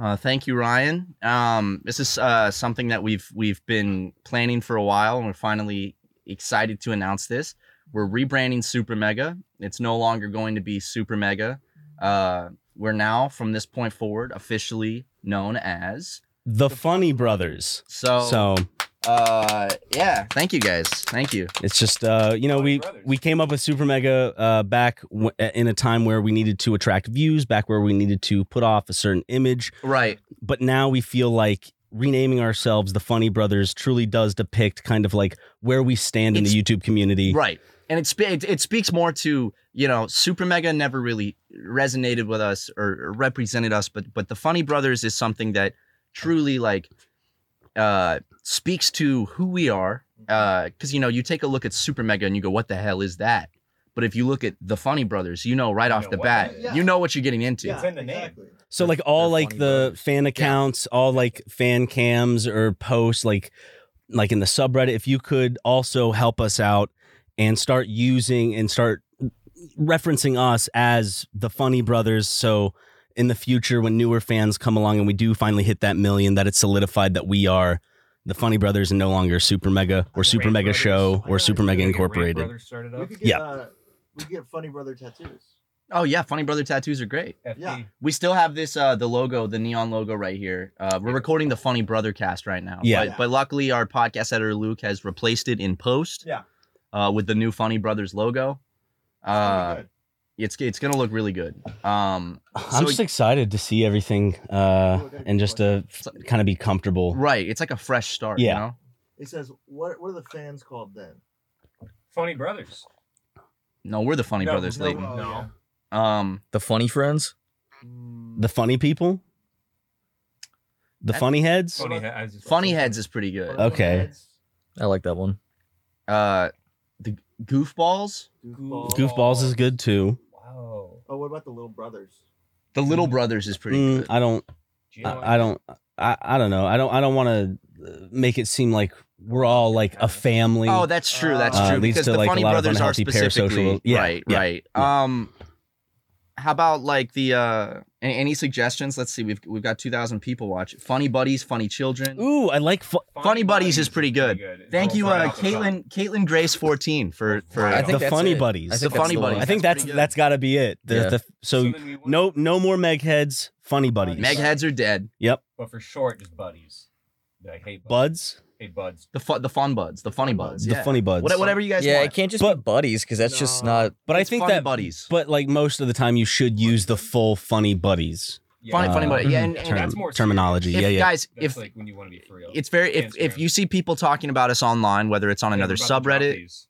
[SPEAKER 5] Uh, thank you, Ryan. Um, this is uh, something that we've we've been planning for a while, and we're finally excited to announce this. We're rebranding Super Mega. It's no longer going to be Super Mega. Uh, we're now, from this point forward, officially known as.
[SPEAKER 3] The Funny Brothers.
[SPEAKER 5] So,
[SPEAKER 3] So
[SPEAKER 5] uh, yeah. Thank you, guys. Thank you.
[SPEAKER 3] It's just uh, you know
[SPEAKER 4] Funny
[SPEAKER 3] we
[SPEAKER 4] Brothers.
[SPEAKER 3] we came up with Super Mega uh, back w- in a time where we needed to attract views, back where we needed to put off a certain image,
[SPEAKER 5] Right.
[SPEAKER 3] but now we feel like renaming ourselves the Funny Brothers truly does depict kind of like where we stand in the YouTube community.
[SPEAKER 5] Right. And it, spe- it it speaks more to, you know, Super Mega never really resonated with us or, or represented us, but but the Funny Brothers is something that truly like uh speaks to who we are. Uh cuz you know, you take a look at Super Mega and you go what the hell is that? But if you look at the Funny Brothers, you know right off
[SPEAKER 4] know
[SPEAKER 5] the
[SPEAKER 4] what
[SPEAKER 5] bat,
[SPEAKER 7] that is.
[SPEAKER 5] you know what you're getting into.
[SPEAKER 7] Yeah,
[SPEAKER 4] in the name.
[SPEAKER 7] exactly.
[SPEAKER 3] So like all
[SPEAKER 6] They're
[SPEAKER 3] like
[SPEAKER 6] Funny
[SPEAKER 3] the
[SPEAKER 6] Brothers.
[SPEAKER 3] fan accounts, all like fan cams or posts like like in the subreddit if you could also help us out and start using and start referencing us as the funny brothers so in the future when newer fans come along and we do finally hit that million that it's solidified that we are the funny brothers and no longer super mega or super
[SPEAKER 4] Rand
[SPEAKER 3] mega
[SPEAKER 4] Brothers.
[SPEAKER 3] show
[SPEAKER 4] I
[SPEAKER 3] or
[SPEAKER 4] gotta
[SPEAKER 3] super mega
[SPEAKER 4] get Rand
[SPEAKER 3] incorporated
[SPEAKER 4] Brothers started
[SPEAKER 7] We
[SPEAKER 4] up.
[SPEAKER 7] could get,
[SPEAKER 3] Yeah.
[SPEAKER 7] uh, we could get Funny Brother tattoos.
[SPEAKER 5] Oh yeah, Funny Brother tattoos are great.
[SPEAKER 4] FP.
[SPEAKER 7] Yeah.
[SPEAKER 5] We still have this uh the logo, the neon logo right here. Uh we're recording the Funny Brother cast right now.
[SPEAKER 3] Yeah.
[SPEAKER 5] But, but luckily our podcast editor Luke has replaced it in post.
[SPEAKER 7] Yeah.
[SPEAKER 5] Uh with the new Funny Brothers logo. Uh
[SPEAKER 7] That'd
[SPEAKER 5] it's it's going to look really good. Um
[SPEAKER 3] i'm
[SPEAKER 5] So-
[SPEAKER 3] just excited to see everything uh
[SPEAKER 7] Oh, okay,
[SPEAKER 3] and just to kind of be comfortable
[SPEAKER 5] right, it's like a fresh start,
[SPEAKER 3] Yeah.
[SPEAKER 5] you know?
[SPEAKER 7] be good. It says, "What what are the fans called then?"
[SPEAKER 4] Funny Brothers.
[SPEAKER 5] No, we're the Funny
[SPEAKER 4] No,
[SPEAKER 5] Brothers
[SPEAKER 4] no,
[SPEAKER 5] Leighton.
[SPEAKER 4] uh, No.
[SPEAKER 5] Um
[SPEAKER 6] The funny friends?
[SPEAKER 7] Mm,
[SPEAKER 3] The funny people? The
[SPEAKER 5] That-
[SPEAKER 3] funny heads?
[SPEAKER 4] Funny, I was just
[SPEAKER 5] Funny Heads is pretty good.
[SPEAKER 3] Okay.
[SPEAKER 7] Heads,
[SPEAKER 6] I like that one.
[SPEAKER 5] Uh the Goofballs,
[SPEAKER 7] Goofball.
[SPEAKER 3] Goofballs is good too.
[SPEAKER 4] Wow.
[SPEAKER 7] Oh, what about the Little Brothers?
[SPEAKER 5] the Little Brothers is pretty
[SPEAKER 3] Mm,
[SPEAKER 5] good.
[SPEAKER 3] I don't
[SPEAKER 4] Do you know what?
[SPEAKER 3] I, I don't I, I don't know. I don't I don't want to make it seem like we're all like a family.
[SPEAKER 5] Oh, that's true. That's
[SPEAKER 7] Uh,
[SPEAKER 5] true.
[SPEAKER 3] leads
[SPEAKER 5] Because
[SPEAKER 3] to,
[SPEAKER 5] the
[SPEAKER 3] like, a
[SPEAKER 5] Funny
[SPEAKER 3] lot of
[SPEAKER 5] Brothers are
[SPEAKER 3] unhealthy parasocial-
[SPEAKER 5] specifically
[SPEAKER 3] yeah,
[SPEAKER 5] right,
[SPEAKER 3] yeah,
[SPEAKER 5] right. Um, how about like the uh a- any suggestions? Let's see. We've we've got two thousand people watch. Funny buddies, funny children.
[SPEAKER 3] Ooh, I like fu-
[SPEAKER 5] Funny Buddies is pretty good.
[SPEAKER 4] Oh,
[SPEAKER 5] Thank you, uh, Caitlin Caitlin Grace fourteen for for.
[SPEAKER 6] I
[SPEAKER 3] the
[SPEAKER 6] think that's
[SPEAKER 3] funny
[SPEAKER 6] it.
[SPEAKER 3] buddies.
[SPEAKER 6] I
[SPEAKER 5] The
[SPEAKER 6] think
[SPEAKER 5] funny
[SPEAKER 6] that's the
[SPEAKER 5] buddies.
[SPEAKER 6] one.
[SPEAKER 3] I think
[SPEAKER 5] that's
[SPEAKER 3] that's
[SPEAKER 5] pretty good.
[SPEAKER 3] that's got to be it. The,
[SPEAKER 6] Yeah.
[SPEAKER 3] the, so no no more meg heads, funny buddies.
[SPEAKER 5] Megheads are dead.
[SPEAKER 3] Yep.
[SPEAKER 4] But for short, just buddies. Like, hey, bud.
[SPEAKER 3] Buds,
[SPEAKER 4] Hey, buds.
[SPEAKER 5] The fu- the fun buds. The funny buds.
[SPEAKER 3] the
[SPEAKER 5] yeah.
[SPEAKER 3] funny buds.
[SPEAKER 5] What- whatever you guys
[SPEAKER 6] Yeah, it
[SPEAKER 5] want.
[SPEAKER 6] can't just
[SPEAKER 3] But-
[SPEAKER 6] be buddies because that's just
[SPEAKER 7] No.
[SPEAKER 6] not.
[SPEAKER 3] but I
[SPEAKER 5] It's
[SPEAKER 3] think
[SPEAKER 5] funny
[SPEAKER 3] that
[SPEAKER 5] buddies.
[SPEAKER 3] but like most of the time you should use the full funny buddies.
[SPEAKER 5] Funny- funny
[SPEAKER 3] uh,
[SPEAKER 5] buddies. Yeah, and- and
[SPEAKER 3] term-
[SPEAKER 4] that's more serious.
[SPEAKER 3] terminology.
[SPEAKER 5] if,
[SPEAKER 3] yeah, yeah.
[SPEAKER 5] guys,
[SPEAKER 4] That's
[SPEAKER 5] if
[SPEAKER 4] like when you want to be for real.
[SPEAKER 5] it's very if if
[SPEAKER 4] Instagram.
[SPEAKER 5] you see people talking about us online, whether it's on
[SPEAKER 4] Yeah,
[SPEAKER 5] another
[SPEAKER 4] we're about to drop
[SPEAKER 5] subreddit
[SPEAKER 4] these.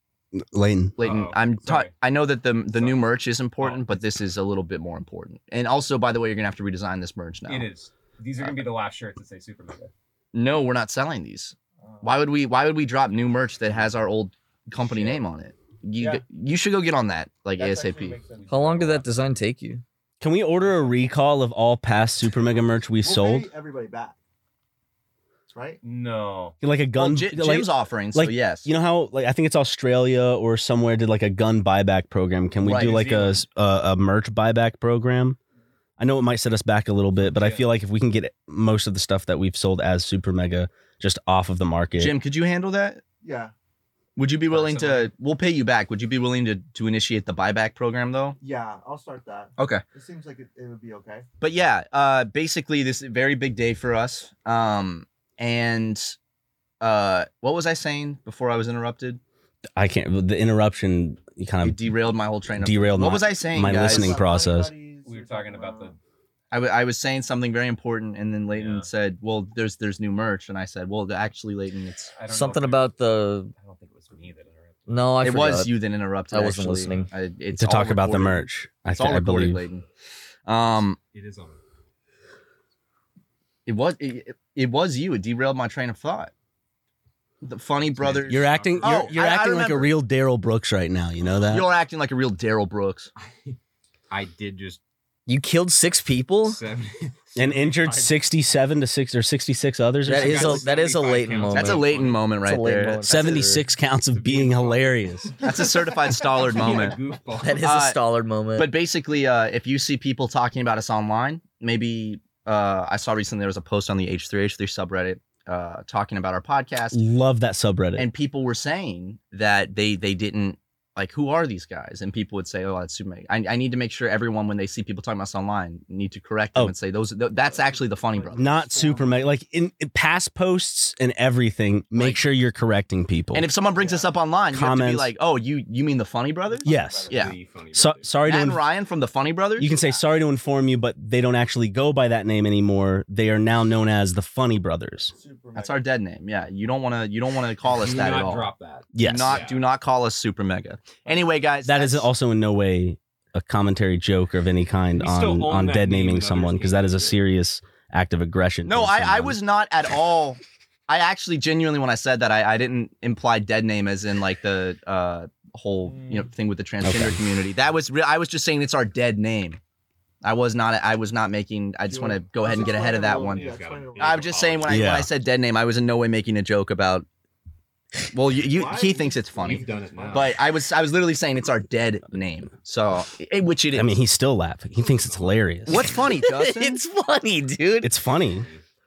[SPEAKER 3] Leighton.
[SPEAKER 5] Leighton,
[SPEAKER 4] Oh,
[SPEAKER 5] I'm ta-
[SPEAKER 4] sorry.
[SPEAKER 5] I know that the the new
[SPEAKER 4] Sorry.
[SPEAKER 5] merch is important,
[SPEAKER 4] Oh.
[SPEAKER 5] but this is a little bit more important. And also, by the way, you're gonna have to redesign this merch now.
[SPEAKER 4] It is. These are gonna be the last shirts that say Super Mega.
[SPEAKER 5] No, we're not selling these.
[SPEAKER 7] Uh,
[SPEAKER 5] Why would we? Why would we drop new merch that has our old company name on it? You
[SPEAKER 7] Yeah.
[SPEAKER 5] you should go get on that like
[SPEAKER 7] That's actually
[SPEAKER 5] ASAP.
[SPEAKER 7] makes sense.
[SPEAKER 6] How long did that design take you?
[SPEAKER 3] Can we order a recall of all past Super Mega merch we
[SPEAKER 7] We'll
[SPEAKER 3] sold?
[SPEAKER 7] pay everybody back. Right?
[SPEAKER 4] No.
[SPEAKER 3] Like a
[SPEAKER 5] Well,
[SPEAKER 3] gun.
[SPEAKER 5] Ji- Jim's
[SPEAKER 3] like,
[SPEAKER 5] offering, so
[SPEAKER 3] like,
[SPEAKER 5] yes.
[SPEAKER 3] you know how like I think it's Australia or somewhere did like a gun buyback program. Can we
[SPEAKER 5] Right,
[SPEAKER 3] do
[SPEAKER 5] New
[SPEAKER 3] like a, s- a a merch buyback program? I know it might set us back a little bit, but I
[SPEAKER 4] Yeah.
[SPEAKER 3] feel like if we can get most of the stuff that we've sold as Super Mega just off of the market,
[SPEAKER 5] Jim, could you handle that?
[SPEAKER 7] Yeah.
[SPEAKER 5] Would you be willing
[SPEAKER 4] Personally.
[SPEAKER 5] to? We'll pay you back. Would you be willing to to initiate the buyback program though?
[SPEAKER 7] Yeah. I'll start that.
[SPEAKER 5] Okay.
[SPEAKER 7] It seems like it, it would be okay.
[SPEAKER 5] but yeah, uh, basically this is a very big day for us. Um, and uh, what was I saying before I was interrupted?
[SPEAKER 3] I can't. The interruption you
[SPEAKER 5] It
[SPEAKER 3] kind
[SPEAKER 5] derailed my whole train
[SPEAKER 3] of
[SPEAKER 5] of.
[SPEAKER 3] Um, derailed.
[SPEAKER 5] what
[SPEAKER 3] my-
[SPEAKER 5] was I saying,
[SPEAKER 3] my
[SPEAKER 5] guys?
[SPEAKER 3] listening
[SPEAKER 7] About
[SPEAKER 3] process.
[SPEAKER 7] buddies,
[SPEAKER 4] We were
[SPEAKER 7] you're
[SPEAKER 4] talking about the
[SPEAKER 5] I, w- I was saying something very important, and then Leighton
[SPEAKER 4] Yeah.
[SPEAKER 5] said, "Well, there's there's new merch," and I said, "Well, actually, Leighton, it's
[SPEAKER 4] I don't know
[SPEAKER 6] Something
[SPEAKER 4] if it-
[SPEAKER 6] about the
[SPEAKER 4] I don't think it was me that interrupted.
[SPEAKER 6] no, I
[SPEAKER 5] it
[SPEAKER 6] forgot.
[SPEAKER 5] was you that interrupted."
[SPEAKER 6] I wasn't
[SPEAKER 5] actually.
[SPEAKER 6] listening.
[SPEAKER 5] I, it's
[SPEAKER 3] to
[SPEAKER 5] all
[SPEAKER 3] talk about the
[SPEAKER 5] recorded.
[SPEAKER 3] merch. I,
[SPEAKER 5] It's
[SPEAKER 3] th-
[SPEAKER 5] all
[SPEAKER 3] I believe.
[SPEAKER 5] recorded, Leighton. Um,
[SPEAKER 4] It is on.
[SPEAKER 5] it was it, it- it was you. It derailed my train of thought. The funny brothers.
[SPEAKER 3] You're acting. You're,
[SPEAKER 5] Oh,
[SPEAKER 3] you're
[SPEAKER 5] I- I
[SPEAKER 3] acting like a
[SPEAKER 5] remember.
[SPEAKER 3] real Daryl Brooks right now. You know that.
[SPEAKER 5] You're acting like a real Daryl Brooks.
[SPEAKER 4] I did just
[SPEAKER 6] You killed six people.
[SPEAKER 4] seven.
[SPEAKER 3] and injured sixty-seven to six or sixty-six others. Or
[SPEAKER 6] That
[SPEAKER 3] something.
[SPEAKER 6] is a that is a
[SPEAKER 4] 75
[SPEAKER 6] Leighton
[SPEAKER 4] counts.
[SPEAKER 6] moment.
[SPEAKER 5] That's a Leighton moment
[SPEAKER 6] That's
[SPEAKER 5] right
[SPEAKER 6] a Leighton
[SPEAKER 5] there.
[SPEAKER 6] moment.
[SPEAKER 5] That's a-
[SPEAKER 3] seventy-six counts of being hilarious.
[SPEAKER 5] That's a certified Stollard moment.
[SPEAKER 4] Goofball.
[SPEAKER 6] That is a
[SPEAKER 5] Uh,
[SPEAKER 6] Stollard moment.
[SPEAKER 5] But basically, uh, if you see people talking about us online, maybe uh, I saw recently there was a post on the H3H3 subreddit uh, talking about our podcast,
[SPEAKER 3] Love that subreddit.
[SPEAKER 5] and people were saying that they they didn't like who are these guys, and people would say, "Oh, that's Super Mega." I, I need to make sure everyone when they see people talking about us online need to correct them
[SPEAKER 3] Oh.
[SPEAKER 5] and say those. Th- that's actually the funny brother.
[SPEAKER 3] not super mega like in, in past posts and everything make sure you're correcting people
[SPEAKER 5] And if someone brings us up online, you have to be
[SPEAKER 3] Comments.
[SPEAKER 5] like, "Oh, you you mean the Funny Brothers?"
[SPEAKER 3] yes
[SPEAKER 5] Yeah.
[SPEAKER 3] so, sorry to
[SPEAKER 5] Matt and
[SPEAKER 3] inf-
[SPEAKER 5] Ryan from the Funny Brothers.
[SPEAKER 3] you can say sorry to inform you but they don't actually go by that name anymore they are now known as the funny brothers
[SPEAKER 7] Super
[SPEAKER 5] That's
[SPEAKER 7] mega.
[SPEAKER 5] our dead name. Yeah, you don't want to. You don't want to call us
[SPEAKER 4] Do
[SPEAKER 5] that
[SPEAKER 4] not
[SPEAKER 5] at all.
[SPEAKER 4] drop that.
[SPEAKER 5] Do
[SPEAKER 3] yes
[SPEAKER 5] not.
[SPEAKER 4] Yeah.
[SPEAKER 5] Do not call us super mega. Anyway, guys,
[SPEAKER 3] that is
[SPEAKER 5] that's-
[SPEAKER 3] also in no way a commentary joke of any kind
[SPEAKER 4] We still
[SPEAKER 3] on
[SPEAKER 4] own
[SPEAKER 3] on
[SPEAKER 4] that
[SPEAKER 3] dead
[SPEAKER 4] name
[SPEAKER 3] naming
[SPEAKER 4] and others
[SPEAKER 3] someone because that
[SPEAKER 4] can't
[SPEAKER 3] is a
[SPEAKER 4] do it.
[SPEAKER 3] serious act of aggression
[SPEAKER 5] No,
[SPEAKER 3] towards
[SPEAKER 5] I, I
[SPEAKER 3] someone.
[SPEAKER 5] was not at all. I actually genuinely, when I said that, I, I didn't imply dead name as in like the uh, whole you
[SPEAKER 4] Mm.
[SPEAKER 5] know thing with the transgender
[SPEAKER 3] Okay.
[SPEAKER 5] community. That was real. I was just saying it's our dead name. I was not. I was not making. I just want to go ahead and get ahead of that one.
[SPEAKER 7] Yeah, explain it.
[SPEAKER 5] I'm just saying when I
[SPEAKER 3] Yeah.
[SPEAKER 5] when I said dead name, I was in no way making a joke about. Well, you, you
[SPEAKER 4] Why?
[SPEAKER 5] he thinks it's funny.
[SPEAKER 4] You've done it now.
[SPEAKER 5] But I was I was literally saying it's our dead name. So eh, which it is.
[SPEAKER 3] i mean he's still laughing he thinks it's hilarious
[SPEAKER 5] what's funny, Justin?
[SPEAKER 6] it's funny, dude.
[SPEAKER 3] it's funny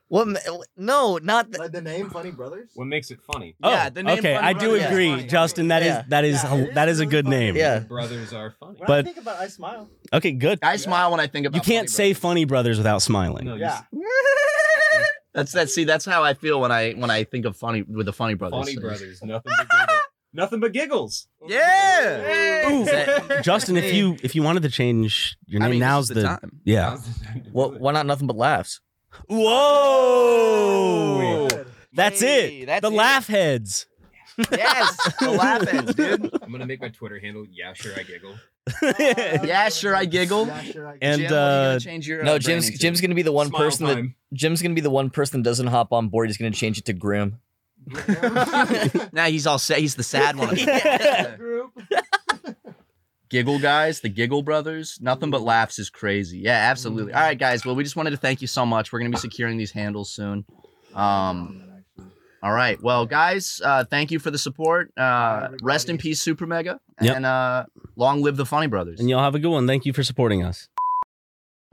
[SPEAKER 6] What? ma- No, not th-
[SPEAKER 7] Like the name Funny Brothers?
[SPEAKER 4] What makes it funny?
[SPEAKER 5] yeah,
[SPEAKER 3] Oh,
[SPEAKER 5] the name
[SPEAKER 3] okay
[SPEAKER 5] Funny
[SPEAKER 3] i do
[SPEAKER 5] Brothers is
[SPEAKER 3] agree
[SPEAKER 5] funny.
[SPEAKER 3] justin That is
[SPEAKER 6] Yeah.
[SPEAKER 3] that is
[SPEAKER 7] Yeah, it is
[SPEAKER 3] that is a
[SPEAKER 7] really
[SPEAKER 3] good
[SPEAKER 7] funny.
[SPEAKER 3] name
[SPEAKER 6] Yeah.
[SPEAKER 4] Brothers are funny.
[SPEAKER 7] When I
[SPEAKER 3] But-
[SPEAKER 7] think about it, I smile.
[SPEAKER 3] okay good
[SPEAKER 5] I smile when I think about.
[SPEAKER 3] You can't say
[SPEAKER 5] Funny Brothers.
[SPEAKER 3] Funny Brothers without smiling.
[SPEAKER 4] No, you
[SPEAKER 7] Yeah.
[SPEAKER 5] That's that. See, that's how I feel when I when I think of funny with the Funny Brothers.
[SPEAKER 4] Funny brothers, nothing but giggles. nothing but giggles.
[SPEAKER 5] Yeah.
[SPEAKER 4] Ooh.
[SPEAKER 5] Is that-
[SPEAKER 3] Justin, if you if you wanted to change your name,
[SPEAKER 5] I mean, this
[SPEAKER 3] now's
[SPEAKER 5] is
[SPEAKER 3] the,
[SPEAKER 5] time.
[SPEAKER 3] yeah.
[SPEAKER 6] what? Why not nothing but laughs?
[SPEAKER 3] Whoa,
[SPEAKER 7] Good.
[SPEAKER 3] that's
[SPEAKER 5] Hey,
[SPEAKER 3] it.
[SPEAKER 5] that's
[SPEAKER 3] the
[SPEAKER 5] it.
[SPEAKER 3] laugh heads.
[SPEAKER 5] Yes, the laugh ends, dude.
[SPEAKER 4] I'm gonna make my Twitter handle. Yeah, sure, I giggle.
[SPEAKER 5] Yeah, sure, I giggle.
[SPEAKER 7] Yeah, sure, I
[SPEAKER 3] And,
[SPEAKER 5] Jim, what are you gonna
[SPEAKER 3] uh,
[SPEAKER 5] change your,
[SPEAKER 6] No,
[SPEAKER 5] uh,
[SPEAKER 6] Jim's
[SPEAKER 5] branding to?
[SPEAKER 6] Jim's gonna be the one
[SPEAKER 4] Smile
[SPEAKER 6] person that
[SPEAKER 4] time.
[SPEAKER 6] Jim's gonna be the one person that doesn't hop on board. He's gonna change it to Grim.
[SPEAKER 7] giggle.
[SPEAKER 5] Now he's all sad. He's the sad one.
[SPEAKER 7] Group.
[SPEAKER 5] Giggle guys, the Giggle brothers, nothing but laughs is crazy. Yeah,
[SPEAKER 3] Mm.
[SPEAKER 5] absolutely. All right, guys. Well, we just wanted to thank you so much. We're gonna be securing these handles soon. Um, all right. Well, guys, uh, thank you for the support. Uh, rest in peace, Super Mega,
[SPEAKER 3] Yep.
[SPEAKER 5] and uh, long live the Funny Brothers.
[SPEAKER 3] And y'all have a good one. Thank you for supporting us.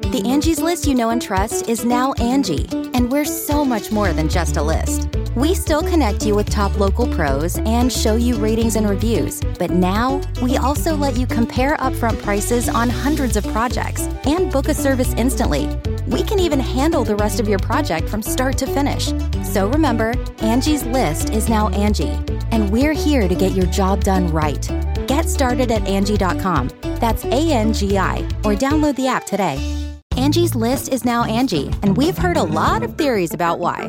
[SPEAKER 1] The Angie's List you know and trust is now Angie, and we're so much more than just a list. We still connect you with top local pros and show you ratings and reviews, but now we also let you compare upfront prices on hundreds of projects and book a service instantly. We can even handle the rest of your project from start to finish. So remember, Angie's List is now Angie, and we're here to get your job done right. Get started at Angie.com. That's A N G I, or download the app today. Angie's list is now Angie, and we've heard a lot of theories about why.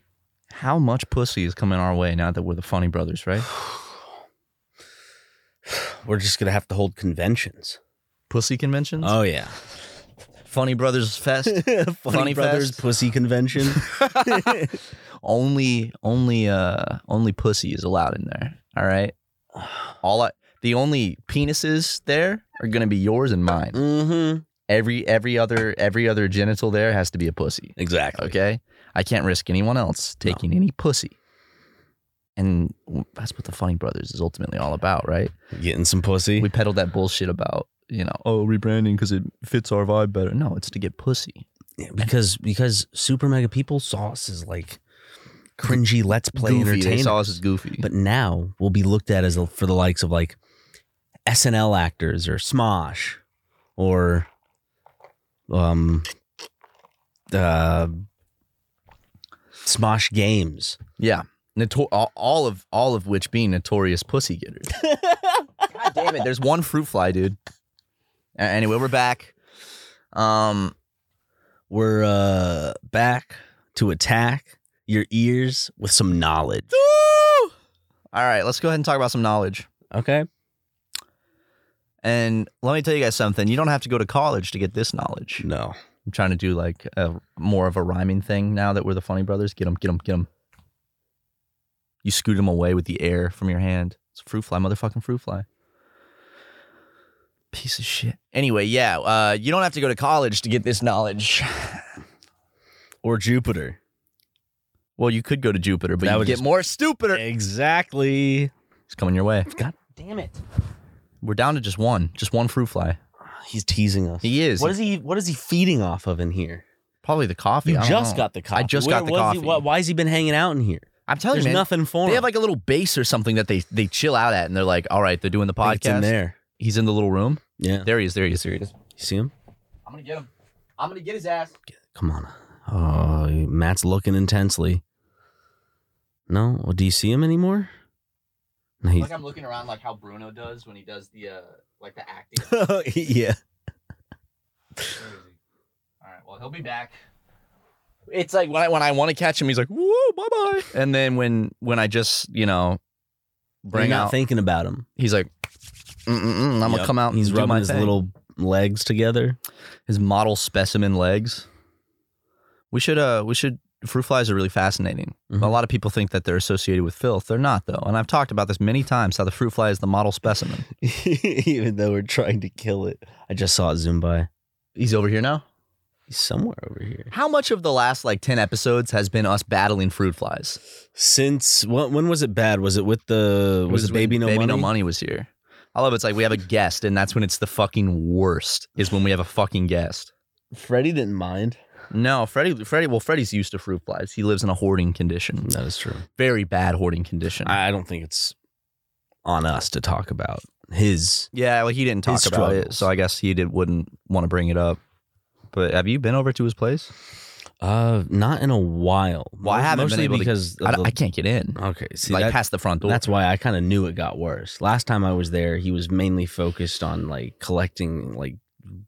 [SPEAKER 5] how much pussy is coming our way now that we're the Funny Brothers, right?
[SPEAKER 3] We're just gonna have to hold conventions.
[SPEAKER 5] Pussy conventions,
[SPEAKER 3] Oh yeah,
[SPEAKER 5] Funny Brothers Fest,
[SPEAKER 3] Funny,
[SPEAKER 5] Funny
[SPEAKER 3] Brothers
[SPEAKER 5] Fest.
[SPEAKER 3] Pussy Convention.
[SPEAKER 5] only only uh only pussy is allowed in there. All right, all I, the only penises there are gonna be yours and mine.
[SPEAKER 3] mm-hmm.
[SPEAKER 5] Every every other every other genital there has to be a pussy.
[SPEAKER 3] Exactly.
[SPEAKER 5] Okay, I can't risk anyone else taking any pussy. And w- that's what the Funny Brothers is ultimately all about, right?
[SPEAKER 3] Getting some pussy.
[SPEAKER 5] we peddled that bullshit about you know oh rebranding because it fits our vibe better no it's to get pussy
[SPEAKER 3] Yeah, because because super mega people sauce is like cringy let's play
[SPEAKER 5] goofy. they
[SPEAKER 3] entertainment.
[SPEAKER 5] saw us as goofy
[SPEAKER 3] but now will be looked at as a, for the likes of like SNL actors or Smosh or um uh Smosh games.
[SPEAKER 5] yeah Noto- all- all of all of which being notorious pussy getters god damn it there's one fruit fly dude A- anyway we're back um
[SPEAKER 3] We're uh back to attack your ears with some knowledge.
[SPEAKER 5] all right let's go ahead and talk about some knowledge
[SPEAKER 3] Okay.
[SPEAKER 5] and let me tell you guys something you don't have to go to college to get this knowledge
[SPEAKER 3] No.
[SPEAKER 5] i'm trying to do like a more of a rhyming thing now that we're the funny brothers get them get them get them you scoot them away with the air from your hand it's a fruit fly motherfucking fruit fly piece of shit anyway yeah uh, you don't have to go to college to get this knowledge
[SPEAKER 3] Or Jupiter.
[SPEAKER 5] well you could go to jupiter but
[SPEAKER 3] That
[SPEAKER 5] you
[SPEAKER 3] would
[SPEAKER 5] get
[SPEAKER 3] just-
[SPEAKER 5] more stupider
[SPEAKER 3] Exactly.
[SPEAKER 5] it's coming your way
[SPEAKER 3] God damn it.
[SPEAKER 5] we're down to just one just one fruit fly
[SPEAKER 3] He's teasing us.
[SPEAKER 5] He is.
[SPEAKER 3] What is he? What is he feeding off of in here?
[SPEAKER 5] probably the coffee
[SPEAKER 3] You
[SPEAKER 5] I don't
[SPEAKER 3] just
[SPEAKER 5] know.
[SPEAKER 3] got the coffee.
[SPEAKER 5] i just
[SPEAKER 3] Where
[SPEAKER 5] got the
[SPEAKER 3] was
[SPEAKER 5] coffee
[SPEAKER 3] He, why, why has he been hanging out in here?
[SPEAKER 5] i'm telling
[SPEAKER 3] There's
[SPEAKER 5] you man,
[SPEAKER 3] nothing for him.
[SPEAKER 5] They have like a little base or something that they they chill out at, and they're like, "All right, they're doing the
[SPEAKER 3] I
[SPEAKER 5] podcast."
[SPEAKER 3] think it's in there.
[SPEAKER 5] He's in the little room.
[SPEAKER 3] Yeah.
[SPEAKER 5] There he is. There he is. There he is.
[SPEAKER 3] You see him?
[SPEAKER 5] I'm gonna get him. I'm gonna get his ass.
[SPEAKER 3] Come on. Oh, Matt's looking intensely. No, Well, do you see him anymore? No, he's-
[SPEAKER 5] I'm looking around like how Bruno does when he does the uh like the acting.
[SPEAKER 3] yeah.
[SPEAKER 5] All right, well he'll be back. It's like when I when I want to catch him, he's like, "Whoa, bye bye," and then when when I just you know
[SPEAKER 3] Bring
[SPEAKER 5] bring
[SPEAKER 3] not
[SPEAKER 5] out,
[SPEAKER 3] thinking about him.
[SPEAKER 5] he's like, Mm-mm-mm, "I'm gonna
[SPEAKER 3] Yep.
[SPEAKER 5] come out." And
[SPEAKER 3] He's
[SPEAKER 5] do
[SPEAKER 3] rubbing
[SPEAKER 5] my
[SPEAKER 3] his
[SPEAKER 5] thing.
[SPEAKER 3] little legs together.
[SPEAKER 5] his model specimen legs. We should uh we should fruit flies are really fascinating.
[SPEAKER 3] Mhm.
[SPEAKER 5] A lot of people think that they're associated with filth. They're not though. And I've talked about this many times how the fruit fly is the model specimen.
[SPEAKER 3] Even though we're trying to kill it. I just saw it zoom by.
[SPEAKER 5] He's over here now.
[SPEAKER 3] He's somewhere over here.
[SPEAKER 5] How much of the last like 10 episodes has been us battling fruit flies?
[SPEAKER 3] Since when, when was it bad? Was it with the was, it
[SPEAKER 5] when
[SPEAKER 3] baby no
[SPEAKER 5] Baby
[SPEAKER 3] money?
[SPEAKER 5] No Money was here. I love it. it's like we have a guest and that's when it's the fucking worst is when we have a fucking guest.
[SPEAKER 3] Freddie didn't mind.
[SPEAKER 5] No, Freddie Freddie well Freddie's used to fruit flies. He lives in a hoarding condition.
[SPEAKER 3] Mm, That is true.
[SPEAKER 5] Very bad hoarding condition.
[SPEAKER 3] I I don't think it's on us to talk about his.
[SPEAKER 5] Yeah, well, he didn't talk
[SPEAKER 3] His
[SPEAKER 5] about it,
[SPEAKER 3] struggles.
[SPEAKER 5] so I guess he did wouldn't want to bring it up. But have you been over to his place?
[SPEAKER 3] Uh, not in a while.
[SPEAKER 5] Well, I
[SPEAKER 3] Mo-
[SPEAKER 5] haven't been
[SPEAKER 3] mostly
[SPEAKER 5] able to-
[SPEAKER 3] because of
[SPEAKER 5] I,
[SPEAKER 3] the-
[SPEAKER 5] I can't get in,
[SPEAKER 3] Okay, see,
[SPEAKER 5] Uh, like
[SPEAKER 3] that-
[SPEAKER 5] past the front door.
[SPEAKER 3] that's why I kind of knew it got worse. Last time I was there, he was mainly focused on like collecting like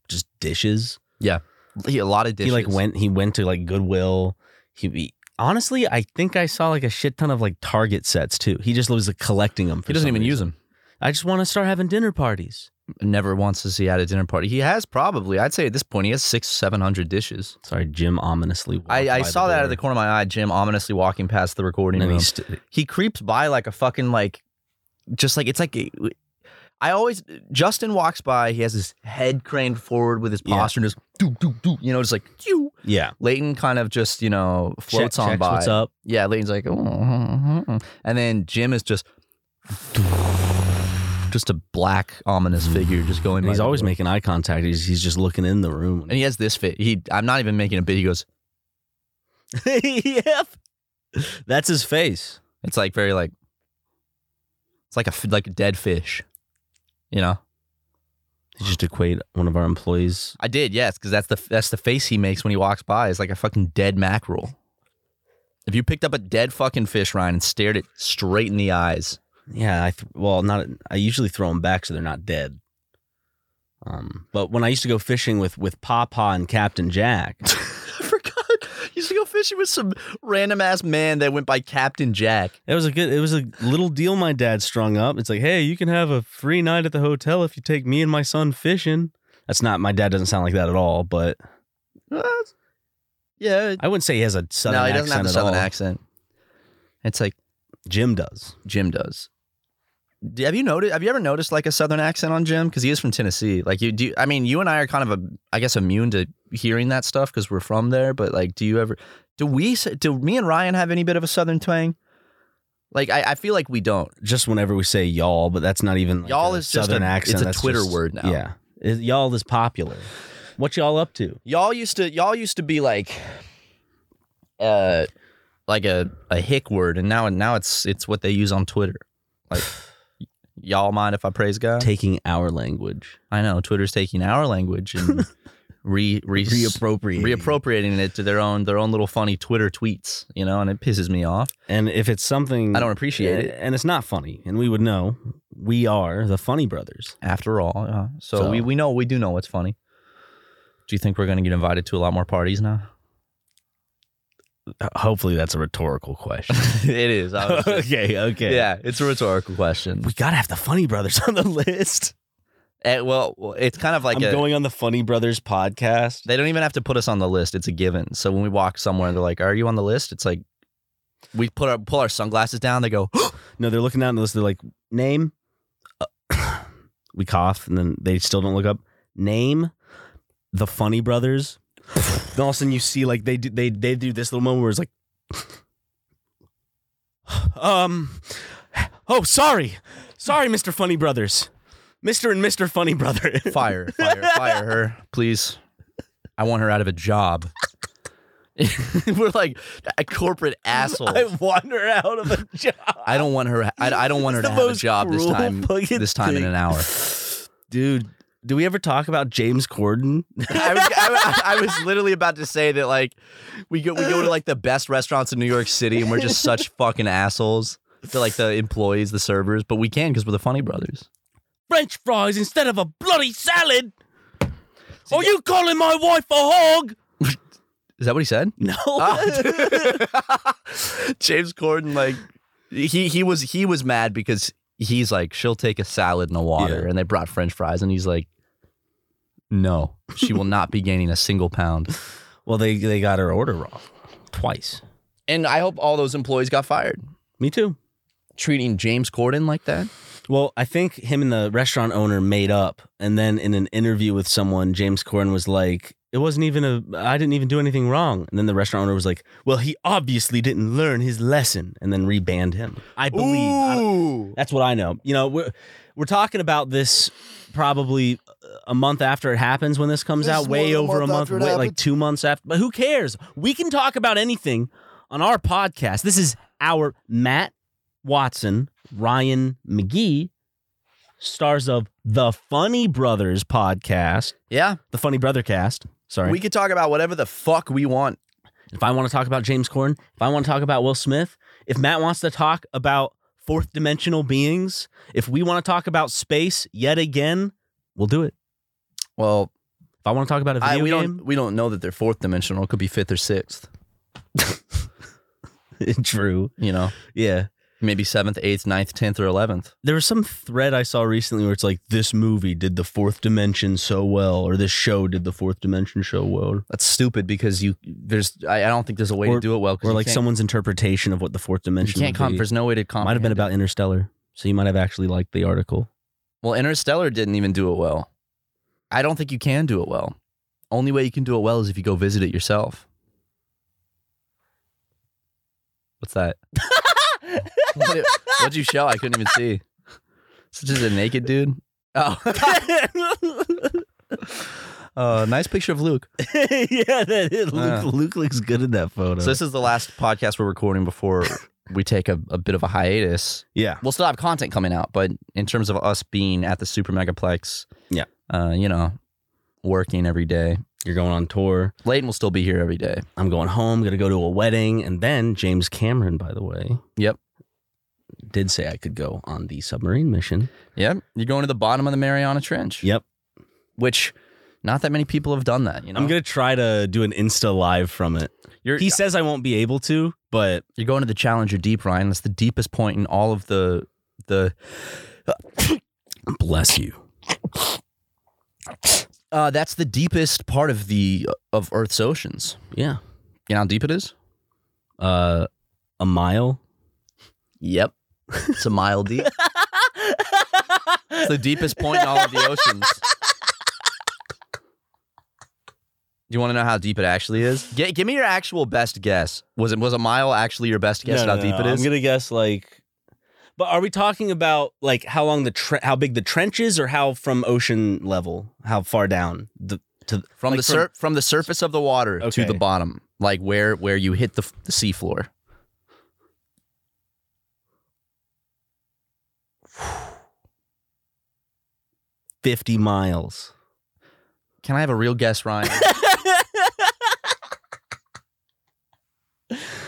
[SPEAKER 3] just dishes.
[SPEAKER 5] He- a lot of dishes.
[SPEAKER 3] He like went. He went to like Goodwill. He. he- Honestly, I think I saw like a shit ton of like Target sets too. He just was like, collecting them. For
[SPEAKER 5] He doesn't
[SPEAKER 3] some
[SPEAKER 5] even use
[SPEAKER 3] reason.
[SPEAKER 5] them.
[SPEAKER 3] I just want to start having dinner parties.
[SPEAKER 5] Never once has he had a dinner party. He has probably, I'd say, at this point, he has six, seven hundred dishes.
[SPEAKER 3] Sorry, Jim ominously. walked
[SPEAKER 5] I,
[SPEAKER 3] by
[SPEAKER 5] I saw that out of the
[SPEAKER 3] door,
[SPEAKER 5] corner of my eye. Jim ominously walking past the recording
[SPEAKER 3] And then
[SPEAKER 5] room.
[SPEAKER 3] he st-
[SPEAKER 5] he creeps by like a fucking like just like it's like a- I always Justin walks by, he has his head craned forward with his
[SPEAKER 3] Yeah.
[SPEAKER 5] posture and just do do do, you know, just like do.
[SPEAKER 3] yeah,
[SPEAKER 5] Leighton kind of just, you know, floats
[SPEAKER 3] Check-
[SPEAKER 5] on
[SPEAKER 3] checks
[SPEAKER 5] by.
[SPEAKER 3] What's up?
[SPEAKER 5] Yeah, Leighton's like, "Oh." and then Jim is just just a black ominous figure just going
[SPEAKER 3] Mm. And
[SPEAKER 5] by
[SPEAKER 3] he's
[SPEAKER 5] the
[SPEAKER 3] always
[SPEAKER 5] door.
[SPEAKER 3] making eye contact. He's, he's just looking in the room.
[SPEAKER 5] and he has this fit. He I'm not even making a bit. He goes,
[SPEAKER 3] yep. That's his face.
[SPEAKER 5] It's like very like it's like a f- like a dead fish. You know,
[SPEAKER 3] They just equate one of our employees.
[SPEAKER 5] I did yes because that's the that's the face he makes when he walks by. It's like a fucking dead mackerel. If you picked up a dead fucking fish, Ryan, and stared it straight in the eyes,
[SPEAKER 3] Yeah, I th- well, not I usually throw them back so they're not dead. Um, but when I used to go fishing with with Papa and Captain Jack,
[SPEAKER 5] I forgot. You used to go fishing with some random ass man that went by Captain Jack.
[SPEAKER 3] it was a good it was a little deal my dad strung up. It's like, "Hey, you can have a free night at the hotel if you take me and my son fishing." That's not my dad doesn't sound like that at all, but
[SPEAKER 5] Yeah.
[SPEAKER 3] I wouldn't say he has a southern
[SPEAKER 5] no, he
[SPEAKER 3] accent
[SPEAKER 5] doesn't have the
[SPEAKER 3] at
[SPEAKER 5] southern
[SPEAKER 3] all.
[SPEAKER 5] accent. It's like
[SPEAKER 3] Jim does.
[SPEAKER 5] Jim does. Do- Have you noticed? Have you ever noticed like a southern accent on Jim? Because he is from Tennessee. Like you do. I mean, you and I are kind of a, I guess, immune to hearing that stuff because we're from there. But like, do you ever? Do we? s- Do me and Ryan have any bit of a southern twang? Like, I, I feel like we don't.
[SPEAKER 3] Just whenever we say y'all, but that's not even like
[SPEAKER 5] Y'all
[SPEAKER 3] a
[SPEAKER 5] is just
[SPEAKER 3] southern
[SPEAKER 5] a- it's
[SPEAKER 3] accent.
[SPEAKER 5] a
[SPEAKER 3] that's
[SPEAKER 5] Twitter
[SPEAKER 3] just-
[SPEAKER 5] word now.
[SPEAKER 3] Yeah. It- y'all is popular. What y'all up to?
[SPEAKER 5] Y'all used to. Y'all used to be like, uh, like a a hick word, and now now it's it's what they use on Twitter. Like, y'all mind if I praise God?
[SPEAKER 3] Taking our language.
[SPEAKER 5] I know Twitter's taking our language and re, re
[SPEAKER 3] Reappropriating.
[SPEAKER 5] reappropriating it to their own their own little funny Twitter tweets, you know, and it pisses me off.
[SPEAKER 3] And if it's something
[SPEAKER 5] I don't appreciate it.
[SPEAKER 3] and it's not funny, and we would know, we are the Funny Brothers.
[SPEAKER 5] After all, uh, so,
[SPEAKER 3] So-
[SPEAKER 5] we we know we do know what's funny. Do you think we're going to get invited to a lot more parties now?
[SPEAKER 3] Hopefully, that's a rhetorical question.
[SPEAKER 5] it is. I was just-
[SPEAKER 3] okay, okay.
[SPEAKER 5] Yeah, it's a rhetorical question.
[SPEAKER 3] we gotta have the Funny Brothers on the list.
[SPEAKER 5] Eh, well, well, it's kind of like
[SPEAKER 3] I'm
[SPEAKER 5] a,
[SPEAKER 3] going on the Funny Brothers podcast.
[SPEAKER 5] they don't even have to put us on the list; it's a given. So when we walk somewhere, and they're like, "Are you on the list?" It's like we put our pull our sunglasses down. They go,
[SPEAKER 3] No, they're looking down the list. They're like, name. Uh, we cough, and then they still don't look up. Name, the Funny Brothers. then all of a sudden, you see like they do they they do this little moment where it's like, um, oh sorry, sorry, Mister Funny Brothers, Mister and Mister Funny Brother.
[SPEAKER 5] fire, fire, fire her, please. I want her out of a job. We're like a corporate asshole.
[SPEAKER 3] I
[SPEAKER 5] I,
[SPEAKER 3] wander out of a job.
[SPEAKER 5] don't want her. I, I don't want her
[SPEAKER 3] It's
[SPEAKER 5] to
[SPEAKER 3] the
[SPEAKER 5] have a
[SPEAKER 3] most
[SPEAKER 5] job this
[SPEAKER 3] cruel
[SPEAKER 5] time.
[SPEAKER 3] fucking
[SPEAKER 5] This time in
[SPEAKER 3] thing.
[SPEAKER 5] an hour.
[SPEAKER 3] dude. Do we ever talk about James Corden?
[SPEAKER 5] I was, I, I was literally about to say that like we go we go to like the best restaurants in New York City and we're just such fucking assholes to like the employees, the servers, but we can because we're the Funny Brothers.
[SPEAKER 3] French fries instead of a bloody salad. Are you calling my wife a hog?
[SPEAKER 5] Is that what he said?
[SPEAKER 3] No.
[SPEAKER 5] Ah. James Corden, like he he was he was mad because he's like she'll take a salad and a water,
[SPEAKER 3] Yeah.
[SPEAKER 5] and they brought French fries, and he's like, no, she will not be gaining a single pound.
[SPEAKER 3] well, they they got her order wrong twice.
[SPEAKER 5] And I hope all those employees got fired.
[SPEAKER 3] Me too.
[SPEAKER 5] Treating James Corden like that?
[SPEAKER 3] Well, I think him and the restaurant owner made up, and then in an interview with someone, James Corden was like, "It wasn't even a. I didn't even do anything wrong." And then the restaurant owner was like, "Well, he obviously didn't learn his lesson," and then rebanned him. I believe. I- That's what I know. You know, we're we're talking about this probably a month after it happens when this comes
[SPEAKER 7] This
[SPEAKER 3] out,
[SPEAKER 7] is more
[SPEAKER 3] way
[SPEAKER 7] than a
[SPEAKER 3] over a
[SPEAKER 7] month
[SPEAKER 3] month,
[SPEAKER 7] after it
[SPEAKER 3] wait, like
[SPEAKER 7] happened.
[SPEAKER 3] two months after. But who cares? We can talk about anything on our podcast. This is our Matt Watson, Ryan McGee, stars of the Funny Brothers podcast,
[SPEAKER 5] Yeah,
[SPEAKER 3] the Funny Brother Cast. Sorry.
[SPEAKER 5] we could talk about whatever the fuck we want.
[SPEAKER 3] if I want to talk about James Corden, if I want to talk about Will Smith, if Matt wants to talk about fourth dimensional beings, if we want to talk about space yet again, we'll do it.
[SPEAKER 5] Well,
[SPEAKER 3] If I want to talk about a
[SPEAKER 5] I,
[SPEAKER 3] video
[SPEAKER 5] we
[SPEAKER 3] game,
[SPEAKER 5] don't we don't know that they're fourth dimensional. It could be fifth or sixth.
[SPEAKER 3] true.
[SPEAKER 5] You know,
[SPEAKER 3] Yeah.
[SPEAKER 5] maybe seventh, eighth, ninth, tenth, or eleventh.
[SPEAKER 3] There was some thread I saw recently where it's like this movie did the fourth dimension so well, or this show did the fourth dimension so well,
[SPEAKER 5] That's stupid because you there's I, I don't think there's a way
[SPEAKER 3] Or-
[SPEAKER 5] to do it well. 'cause
[SPEAKER 3] or
[SPEAKER 5] you
[SPEAKER 3] like
[SPEAKER 5] can't-
[SPEAKER 3] someone's interpretation of what the fourth
[SPEAKER 5] you
[SPEAKER 3] dimension.
[SPEAKER 5] can't
[SPEAKER 3] would
[SPEAKER 5] come.
[SPEAKER 3] be.
[SPEAKER 5] There's no way to come.
[SPEAKER 3] Might have been about Interstellar, so you might have actually liked the article.
[SPEAKER 5] well, Interstellar didn't even do it well. I don't think you can do it well. Only way you can do it well is if you go visit it yourself. What's that? what, what'd you show? I couldn't even see. Such as a naked dude. Oh, uh, nice picture of Luke.
[SPEAKER 3] yeah, that is. Luke,
[SPEAKER 5] Yeah.
[SPEAKER 3] Uh, Luke looks good in that photo.
[SPEAKER 5] So this is the last podcast we're recording before we take a, a bit of a hiatus.
[SPEAKER 3] Yeah.
[SPEAKER 5] We'll still have content coming out, but in terms of us being at the Super Megaplex,
[SPEAKER 3] Yeah.
[SPEAKER 5] uh, you know, working every day.
[SPEAKER 3] You're going on tour.
[SPEAKER 5] Layton will still be here every day.
[SPEAKER 3] I'm going home. Going to go to a wedding, and then James Cameron, by the way.
[SPEAKER 5] Yep.
[SPEAKER 3] Did say I could go on the submarine mission.
[SPEAKER 5] Yep, you're going to the bottom of the Mariana Trench.
[SPEAKER 3] Yep.
[SPEAKER 5] which not that many people have done that. You know,
[SPEAKER 3] I'm gonna try to do an Insta live from it.
[SPEAKER 5] You're,
[SPEAKER 3] He says I won't be able to, but
[SPEAKER 5] you're going to the Challenger Deep, Ryan. That's the deepest point in all of the the.
[SPEAKER 3] bless you.
[SPEAKER 5] Uh, that's the deepest part of the of Earth's oceans.
[SPEAKER 3] Yeah.
[SPEAKER 5] You know how deep it is?
[SPEAKER 3] Uh, a mile.
[SPEAKER 5] Yep, it's a mile deep. it's the deepest point in all of the oceans. Do you want to know how deep it actually is? G- give me your actual best guess. Was it was a mile actually your best guess at how deep it is?
[SPEAKER 3] I'm gonna guess like. But are we talking about like how long the tre- how big the trench is, or how from ocean level, how far down the to
[SPEAKER 5] from
[SPEAKER 3] like
[SPEAKER 5] the sur- from, the surface of the water to
[SPEAKER 3] Okay.
[SPEAKER 5] the bottom, like where where you hit the, f- the seafloor.
[SPEAKER 3] fifty miles?
[SPEAKER 5] Can I have a real guess, Ryan?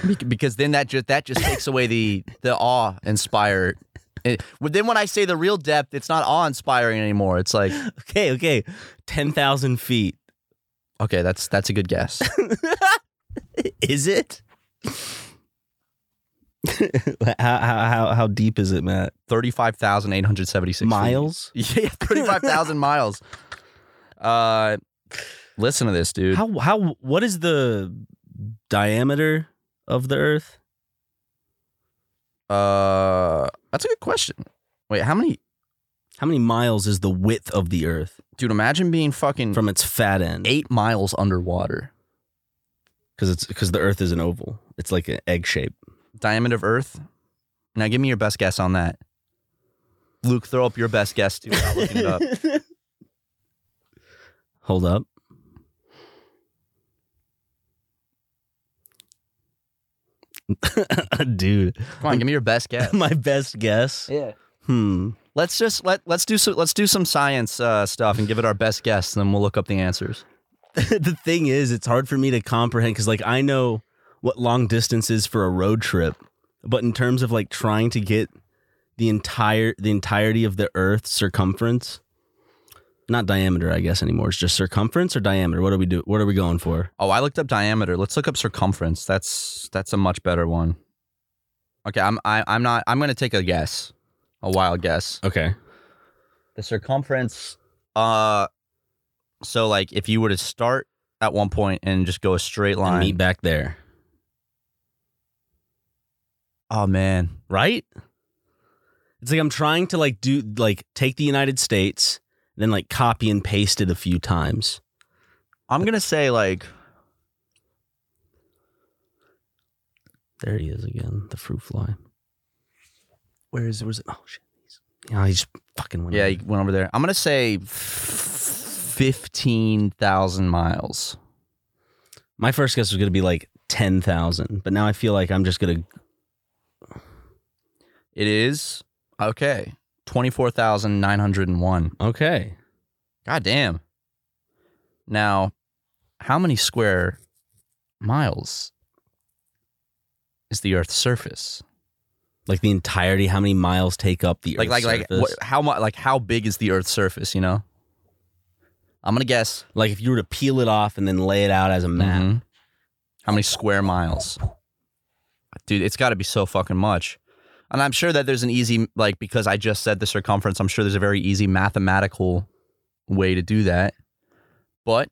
[SPEAKER 5] Bec- because then that just that just takes away the the awe inspired. It, well, then when I say the real depth, it's not awe inspiring anymore. It's like
[SPEAKER 3] Okay, okay, ten thousand feet.
[SPEAKER 5] okay, that's that's a good guess.
[SPEAKER 3] Is it? how, how how how deep is it, Matt?
[SPEAKER 5] Thirty five thousand eight hundred seventy six
[SPEAKER 3] Miles?
[SPEAKER 5] Yeah, thirty five thousand miles. Uh, listen to this, dude.
[SPEAKER 3] How how what is the diameter of the Earth?
[SPEAKER 5] Uh, that's a good question. Wait, how many?
[SPEAKER 3] How many miles is the width of the Earth
[SPEAKER 5] Dude, imagine being fucking
[SPEAKER 3] from its fat end?
[SPEAKER 5] Hmm. eight miles underwater.
[SPEAKER 3] because it's because the Earth is an oval. It's like an egg shape.
[SPEAKER 5] Diameter of Earth. Now, give me your best guess on that. Luke, throw up your best guess too. Without looking it up.
[SPEAKER 3] Hold up. Dude,
[SPEAKER 5] Come on, give me your best guess.
[SPEAKER 3] my best guess.
[SPEAKER 5] Yeah.
[SPEAKER 3] Hmm.
[SPEAKER 5] Let's just let let's do so, let's do some science uh, stuff and give it our best guess, and then we'll look up the answers.
[SPEAKER 3] the thing is, it's hard for me to comprehend because, like, I know what long distance is for a road trip, but in terms of like trying to get the entire the entirety of the Earth's circumference, not diameter, I guess anymore. It's just circumference or diameter. What are we do? What are we going for?
[SPEAKER 5] Oh, I looked up diameter. Let's look up circumference. That's that's a much better one. Okay, I'm I, I'm not I'm gonna take a guess, a wild guess.
[SPEAKER 3] Okay.
[SPEAKER 5] the circumference uh so like if you were to start at one point and just go a straight
[SPEAKER 3] And
[SPEAKER 5] line
[SPEAKER 3] meet back there,
[SPEAKER 5] oh man
[SPEAKER 3] right? It's like I'm trying to like do like take the United States, then like copy and paste it a few times.
[SPEAKER 5] i'm gonna say like
[SPEAKER 3] There he is again, the fruit fly. Where is where's it? Oh shit. Yeah, he just fucking went.
[SPEAKER 5] yeah
[SPEAKER 3] over.
[SPEAKER 5] you went over there i'm gonna say 15000 miles
[SPEAKER 3] My first guess was gonna be like ten thousand, but now I feel like I'm just gonna
[SPEAKER 5] it is okay 24901
[SPEAKER 3] Okay.
[SPEAKER 5] god damn now how many square miles is the earth's surface
[SPEAKER 3] Like the entirety, how many miles take up the
[SPEAKER 5] like
[SPEAKER 3] Earth's
[SPEAKER 5] like like
[SPEAKER 3] surface?
[SPEAKER 5] what, how much like how big is the Earth's surface? You know, I'm gonna guess
[SPEAKER 3] Like if you were to peel it off and then lay it out as a map.
[SPEAKER 5] Mhm. How many square miles? Dude, it's got to be so fucking much. And I'm sure that there's an easy like because I just said the circumference. I'm sure there's a very easy mathematical way to do that. But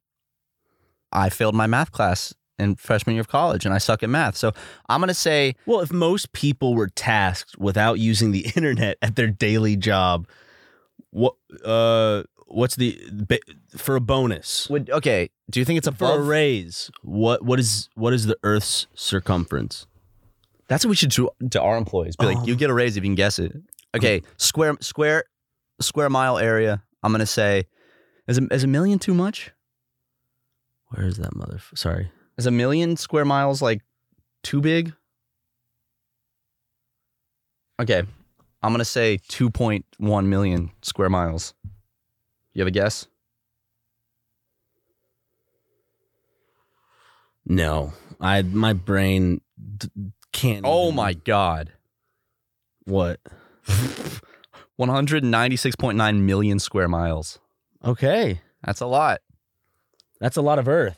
[SPEAKER 5] I failed my math class in freshman year of college, and I suck at math. So I'm gonna say
[SPEAKER 3] Well, if most people were tasked without using the internet at their daily job, what uh what's the ba- for a bonus?
[SPEAKER 5] would okay. Do you think it's
[SPEAKER 3] For a
[SPEAKER 5] above?
[SPEAKER 3] raise, what what is what is the Earth's circumference?
[SPEAKER 5] That's what we should do to our employees. Be like,
[SPEAKER 3] Oh.
[SPEAKER 5] you get a raise if you can guess it. Okay,
[SPEAKER 3] um,
[SPEAKER 5] square square square mile area. I'm gonna say, is a, is a million too much?
[SPEAKER 3] Where is that mother? Sorry,
[SPEAKER 5] Is a million square miles like too big? Okay. I'm going to say 2.1 million square miles. You have a guess?
[SPEAKER 3] No, I my brain d- can't.
[SPEAKER 5] Oh
[SPEAKER 3] even-
[SPEAKER 5] my God.
[SPEAKER 3] What?
[SPEAKER 5] 196.9 million square miles.
[SPEAKER 3] Okay,
[SPEAKER 5] That's a lot.
[SPEAKER 3] that's a lot of Earth.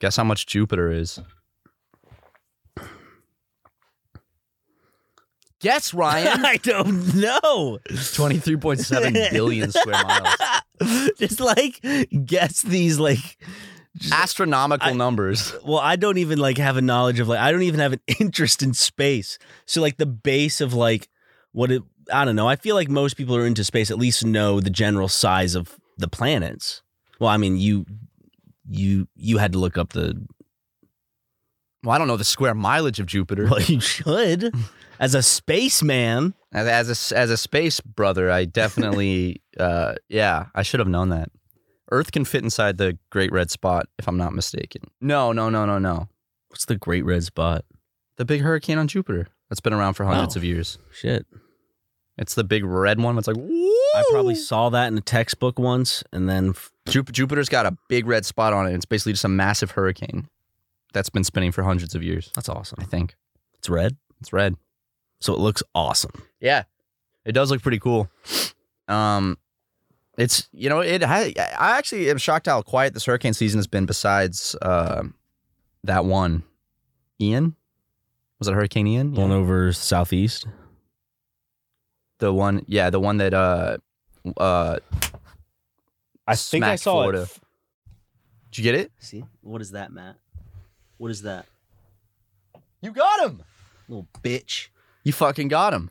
[SPEAKER 5] Guess how much Jupiter is? Guess, Ryan.
[SPEAKER 6] I don't know.
[SPEAKER 5] 23.7 billion square miles.
[SPEAKER 6] just like guess these like
[SPEAKER 5] Astronomical
[SPEAKER 3] I-
[SPEAKER 5] numbers.
[SPEAKER 3] Well, I don't even like have a knowledge of like I don't even have an interest in space. So like the base of like what it I don't know. I feel like most people who are into space at least know the general size of the planets. Well, I mean you you you had to look up the
[SPEAKER 5] Well, I don't know the square mileage of Jupiter.
[SPEAKER 3] well you should as a spaceman.
[SPEAKER 5] As, as a as a space brother, I definitely uh yeah, I should have known that. Earth can fit inside the Great Red Spot, if I'm not mistaken. No, no, no, no, no.
[SPEAKER 3] What's the Great Red Spot?
[SPEAKER 5] The big hurricane on Jupiter. That's been around for hundreds
[SPEAKER 3] Oh.
[SPEAKER 5] of years.
[SPEAKER 3] Shit.
[SPEAKER 5] It's the big red one. It's like woo!
[SPEAKER 3] I probably saw that in a textbook once and then f-
[SPEAKER 5] Jup- Jupiter's got a big red spot on it. It's basically just a massive hurricane that's been spinning for hundreds of years.
[SPEAKER 3] that's awesome.
[SPEAKER 5] I think
[SPEAKER 3] It's red.
[SPEAKER 5] it's red.
[SPEAKER 3] So it looks awesome.
[SPEAKER 5] Yeah, it does look pretty cool. Um, it's you know it. ha- I actually am shocked how quiet this hurricane season has been. Besides uh, that one, Ian, was it Hurricane Ian?
[SPEAKER 3] Going over southeast.
[SPEAKER 5] The one, yeah, the one that uh, uh,
[SPEAKER 3] I
[SPEAKER 5] think I Smacked saw it. Florida. did you get it?
[SPEAKER 3] See, what is that, Matt? What is that?
[SPEAKER 5] You got him.
[SPEAKER 3] Little bitch.
[SPEAKER 5] You fucking got him,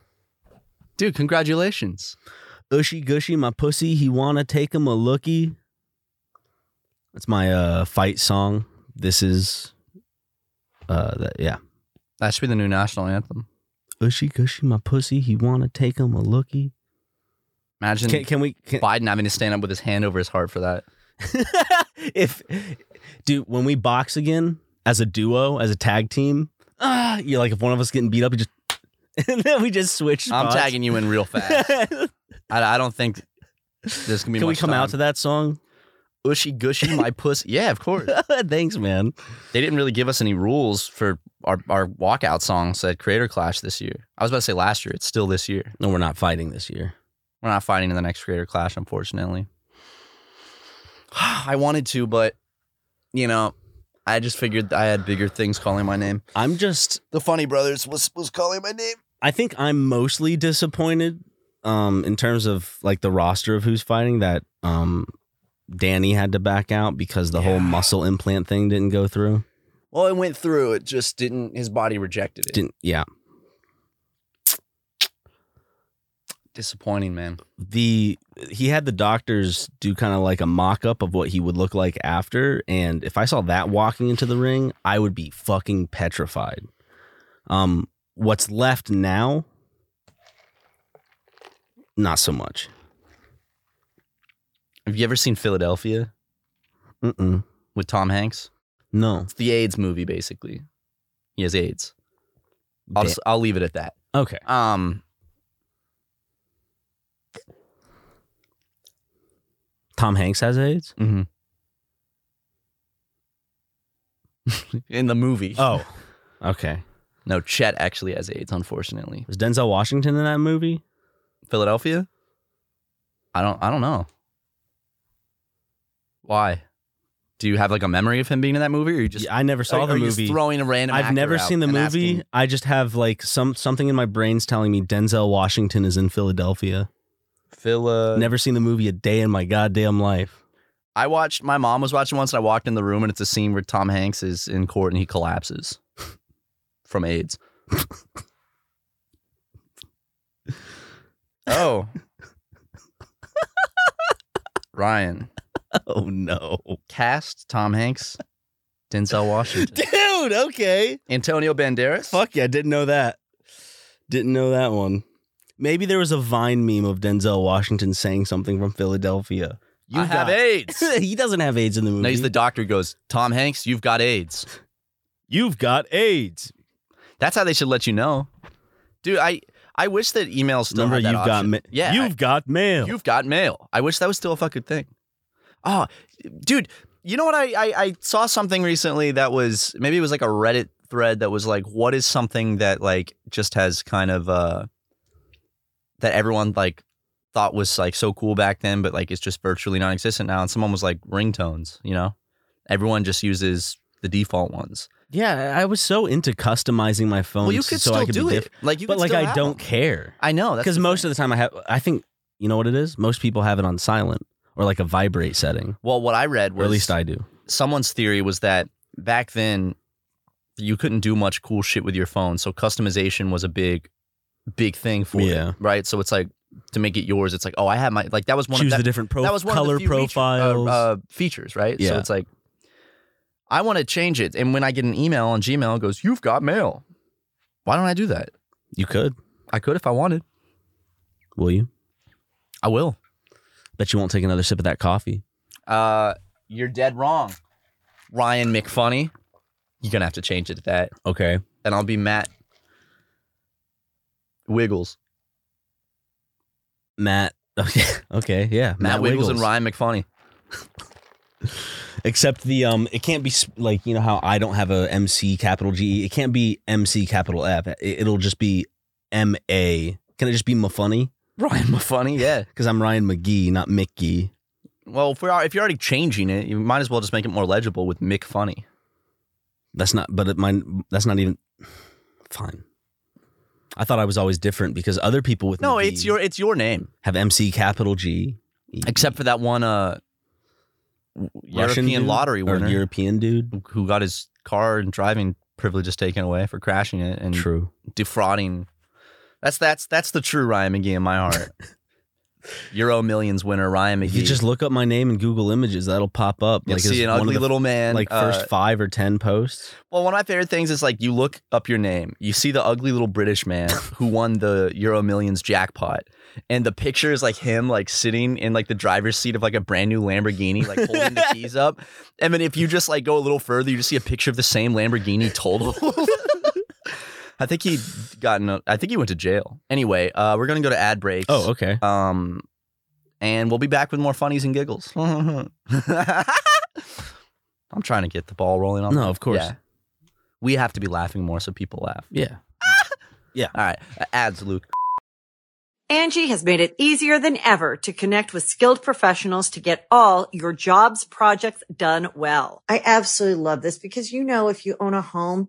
[SPEAKER 5] dude. Congratulations.
[SPEAKER 3] Ushy gushy, my pussy. He wanna take him a lookie. That's my uh fight song. This is uh that, yeah.
[SPEAKER 5] That should be the new national anthem.
[SPEAKER 3] Ushy gushy, my pussy. He wanna take him a lookie.
[SPEAKER 5] Imagine
[SPEAKER 3] Can, can we? Can,
[SPEAKER 5] Biden having to stand up with his hand over his heart for that.
[SPEAKER 3] if dude, when we box again as a duo, as a tag team, ah, you're like if one of us getting beat up, you just and then we just switch.
[SPEAKER 5] I'm
[SPEAKER 3] spots.
[SPEAKER 5] tagging you in real fast. I, I don't think this can be.
[SPEAKER 3] Can we
[SPEAKER 5] much
[SPEAKER 3] come
[SPEAKER 5] time.
[SPEAKER 3] out to that song?
[SPEAKER 5] Ushy gushy my pussy? Yeah, of course.
[SPEAKER 3] Thanks, man.
[SPEAKER 5] They didn't really give us any rules for our, our walkout songs at Creator Clash this year. I was about to say last year. It's still this year.
[SPEAKER 3] No, we're not fighting this year.
[SPEAKER 5] We're not fighting in the next Creator Clash, unfortunately. I wanted to, but you know, I just figured I had bigger things calling my name.
[SPEAKER 3] I'm just
[SPEAKER 5] The Funny Brothers was was calling my name.
[SPEAKER 3] I think I'm mostly disappointed um in terms of like the roster of who's fighting that um Danny had to back out because the whole muscle implant thing didn't go through.
[SPEAKER 5] Well, it went through. It just didn't. His body rejected it.
[SPEAKER 3] Didn't yeah.
[SPEAKER 5] Disappointing, man.
[SPEAKER 3] The he had the doctors do kind of like a mock up of what he would look like after and if I saw that walking into the ring, I would be fucking petrified. Um what's left now? Not so much.
[SPEAKER 5] Have you ever seen Philadelphia
[SPEAKER 3] Mm-mm.
[SPEAKER 5] with Tom Hanks?
[SPEAKER 3] No.
[SPEAKER 5] It's the AIDS movie, basically. He has AIDS. I'll just, I'll leave it at that.
[SPEAKER 3] Okay.
[SPEAKER 5] Um,
[SPEAKER 3] Tom Hanks has AIDS?
[SPEAKER 5] in the movie,
[SPEAKER 3] Oh. Okay.
[SPEAKER 5] no, Chet actually has AIDS. Unfortunately,
[SPEAKER 3] Was Denzel Washington in that movie?
[SPEAKER 5] Philadelphia. I don't. I don't know. Why? Do you have like a memory of him being in that movie, or you just
[SPEAKER 3] Yeah, I never saw
[SPEAKER 5] are-
[SPEAKER 3] the
[SPEAKER 5] are you just
[SPEAKER 3] movie.
[SPEAKER 5] throwing a random.
[SPEAKER 3] I've
[SPEAKER 5] actor
[SPEAKER 3] never
[SPEAKER 5] out
[SPEAKER 3] seen the
[SPEAKER 5] and
[SPEAKER 3] movie.
[SPEAKER 5] asking-
[SPEAKER 3] I just have like some something in my brain's telling me Denzel Washington is in Philadelphia.
[SPEAKER 5] Phila.
[SPEAKER 3] never seen the movie a day in my goddamn life.
[SPEAKER 5] I watched. My mom was watching once, and I walked in the room, and it's a scene where Tom Hanks is in court and he collapses from AIDS. oh, Ryan,
[SPEAKER 3] Oh no.
[SPEAKER 5] cast Tom Hanks, Denzel Washington,
[SPEAKER 3] Dude, okay.
[SPEAKER 5] Antonio Banderas.
[SPEAKER 3] Fuck yeah, didn't know that. Didn't know that one. Maybe there was a Vine meme of Denzel Washington saying something from Philadelphia.
[SPEAKER 5] you have
[SPEAKER 3] got-
[SPEAKER 5] AIDS.
[SPEAKER 3] he doesn't have AIDS in the movie.
[SPEAKER 5] no, he's the doctor. who Goes, Tom Hanks, you've got AIDS.
[SPEAKER 3] You've got AIDS.
[SPEAKER 5] That's how they should let you know. dude. I I wish that emails still
[SPEAKER 3] Remember,
[SPEAKER 5] had that
[SPEAKER 3] you've got
[SPEAKER 5] option.
[SPEAKER 3] ma-
[SPEAKER 5] yeah,
[SPEAKER 3] you've got mail.
[SPEAKER 5] You've got mail. I wish that was still a fucking thing. Oh, dude, you know what? I, I I saw something recently that was maybe it was like a Reddit thread that was like, what is something that like just has kind of uh that everyone like thought was like so cool back then, but like it's just virtually non-existent now. And someone was like ringtones. You know, everyone just uses the default ones.
[SPEAKER 3] yeah, I was so into customizing my phone.
[SPEAKER 5] well, you could
[SPEAKER 3] so
[SPEAKER 5] still
[SPEAKER 3] I could
[SPEAKER 5] do
[SPEAKER 3] be
[SPEAKER 5] it.
[SPEAKER 3] diff-
[SPEAKER 5] like you,
[SPEAKER 3] but
[SPEAKER 5] could
[SPEAKER 3] like
[SPEAKER 5] still
[SPEAKER 3] I
[SPEAKER 5] have
[SPEAKER 3] don't
[SPEAKER 5] them.
[SPEAKER 3] care
[SPEAKER 5] I know that's
[SPEAKER 3] because
[SPEAKER 5] the
[SPEAKER 3] most
[SPEAKER 5] thing.
[SPEAKER 3] of the time I have. I think you know what it is. Most people have it on silent or like a vibrate setting,
[SPEAKER 5] well, what I read was
[SPEAKER 3] or at least I do.
[SPEAKER 5] someone's theory was that back then you couldn't do much cool shit with your phone, so customization was a big, big thing for
[SPEAKER 3] Yeah.
[SPEAKER 5] it, right? So it's like to make it yours. It's like, oh, I have my like that was one
[SPEAKER 3] Choose
[SPEAKER 5] of
[SPEAKER 3] the
[SPEAKER 5] that,
[SPEAKER 3] different pro-
[SPEAKER 5] that was one
[SPEAKER 3] color
[SPEAKER 5] of the few feature- uh,
[SPEAKER 3] profiles.
[SPEAKER 5] uh, features, right? So
[SPEAKER 3] Yeah.
[SPEAKER 5] it's like I want to change it, and when I get an email on Gmail, it goes, "You've got mail." Why don't I do that?
[SPEAKER 3] you could,
[SPEAKER 5] I could if I wanted.
[SPEAKER 3] will you?
[SPEAKER 5] I will.
[SPEAKER 3] Bet you won't take another sip of that coffee.
[SPEAKER 5] Uh, you're dead wrong, Ryan McFunny. You're gonna have to change it to that.
[SPEAKER 3] Okay,
[SPEAKER 5] and I'll be Matt Wiggles.
[SPEAKER 3] Matt. Okay, okay, yeah,
[SPEAKER 5] Matt, Wiggles, and Ryan McFunny.
[SPEAKER 3] Except the um, it can't be sp- like you know how I don't have a MC capital G. E? It can't be MC capital F. It- It'll just be M A. Can it just be Mafunny?
[SPEAKER 5] Ryan McFunny, yeah.
[SPEAKER 3] Because I'm Ryan McGee, not Mickey.
[SPEAKER 5] Well, if, we're, al- if you're already changing it, you might as well just make it more legible with Mick Funny.
[SPEAKER 3] That's not. But it, mine. That's not even. Fine. I thought I was always different because other people with
[SPEAKER 5] No,
[SPEAKER 3] McGee
[SPEAKER 5] it's your it's your name,
[SPEAKER 3] have MC capital G.
[SPEAKER 5] except for that one uh
[SPEAKER 3] Russian
[SPEAKER 5] European
[SPEAKER 3] dude
[SPEAKER 5] lottery
[SPEAKER 3] or
[SPEAKER 5] winner
[SPEAKER 3] European dude.
[SPEAKER 5] who got his car and driving privileges taken away for crashing it and
[SPEAKER 3] True.
[SPEAKER 5] defrauding. That's that's that's the true Ryan McGee in my heart. Euro Millions winner Ryan McGee.
[SPEAKER 3] If you just look up my name in Google Images, that'll pop up.
[SPEAKER 5] You'll
[SPEAKER 3] as
[SPEAKER 5] see an
[SPEAKER 3] one of
[SPEAKER 5] ugly
[SPEAKER 3] the
[SPEAKER 5] little man,
[SPEAKER 3] like
[SPEAKER 5] uh,
[SPEAKER 3] first five or ten posts.
[SPEAKER 5] Well, one of my favorite things is like you look up your name, you see the ugly little British man who won the Euro Millions jackpot, and the picture is like him like sitting in like the driver's seat of like a brand new Lamborghini, like holding the keys up. And then if you just like go a little further, you just see a picture of the same Lamborghini total. I think he got in. A, I think he went to jail. Anyway, uh, we're gonna go to ad breaks.
[SPEAKER 3] Oh, okay.
[SPEAKER 5] Um, and we'll be back with more funnies and giggles. I'm trying to get the ball rolling on.
[SPEAKER 3] No, of course.
[SPEAKER 5] Yeah. We have to be laughing more so people laugh.
[SPEAKER 3] Yeah.
[SPEAKER 5] All right. Ads, Luke.
[SPEAKER 8] Angie has made it easier than ever to connect with skilled professionals to get all your jobs projects done well. I absolutely love this because, you know, if you own a home,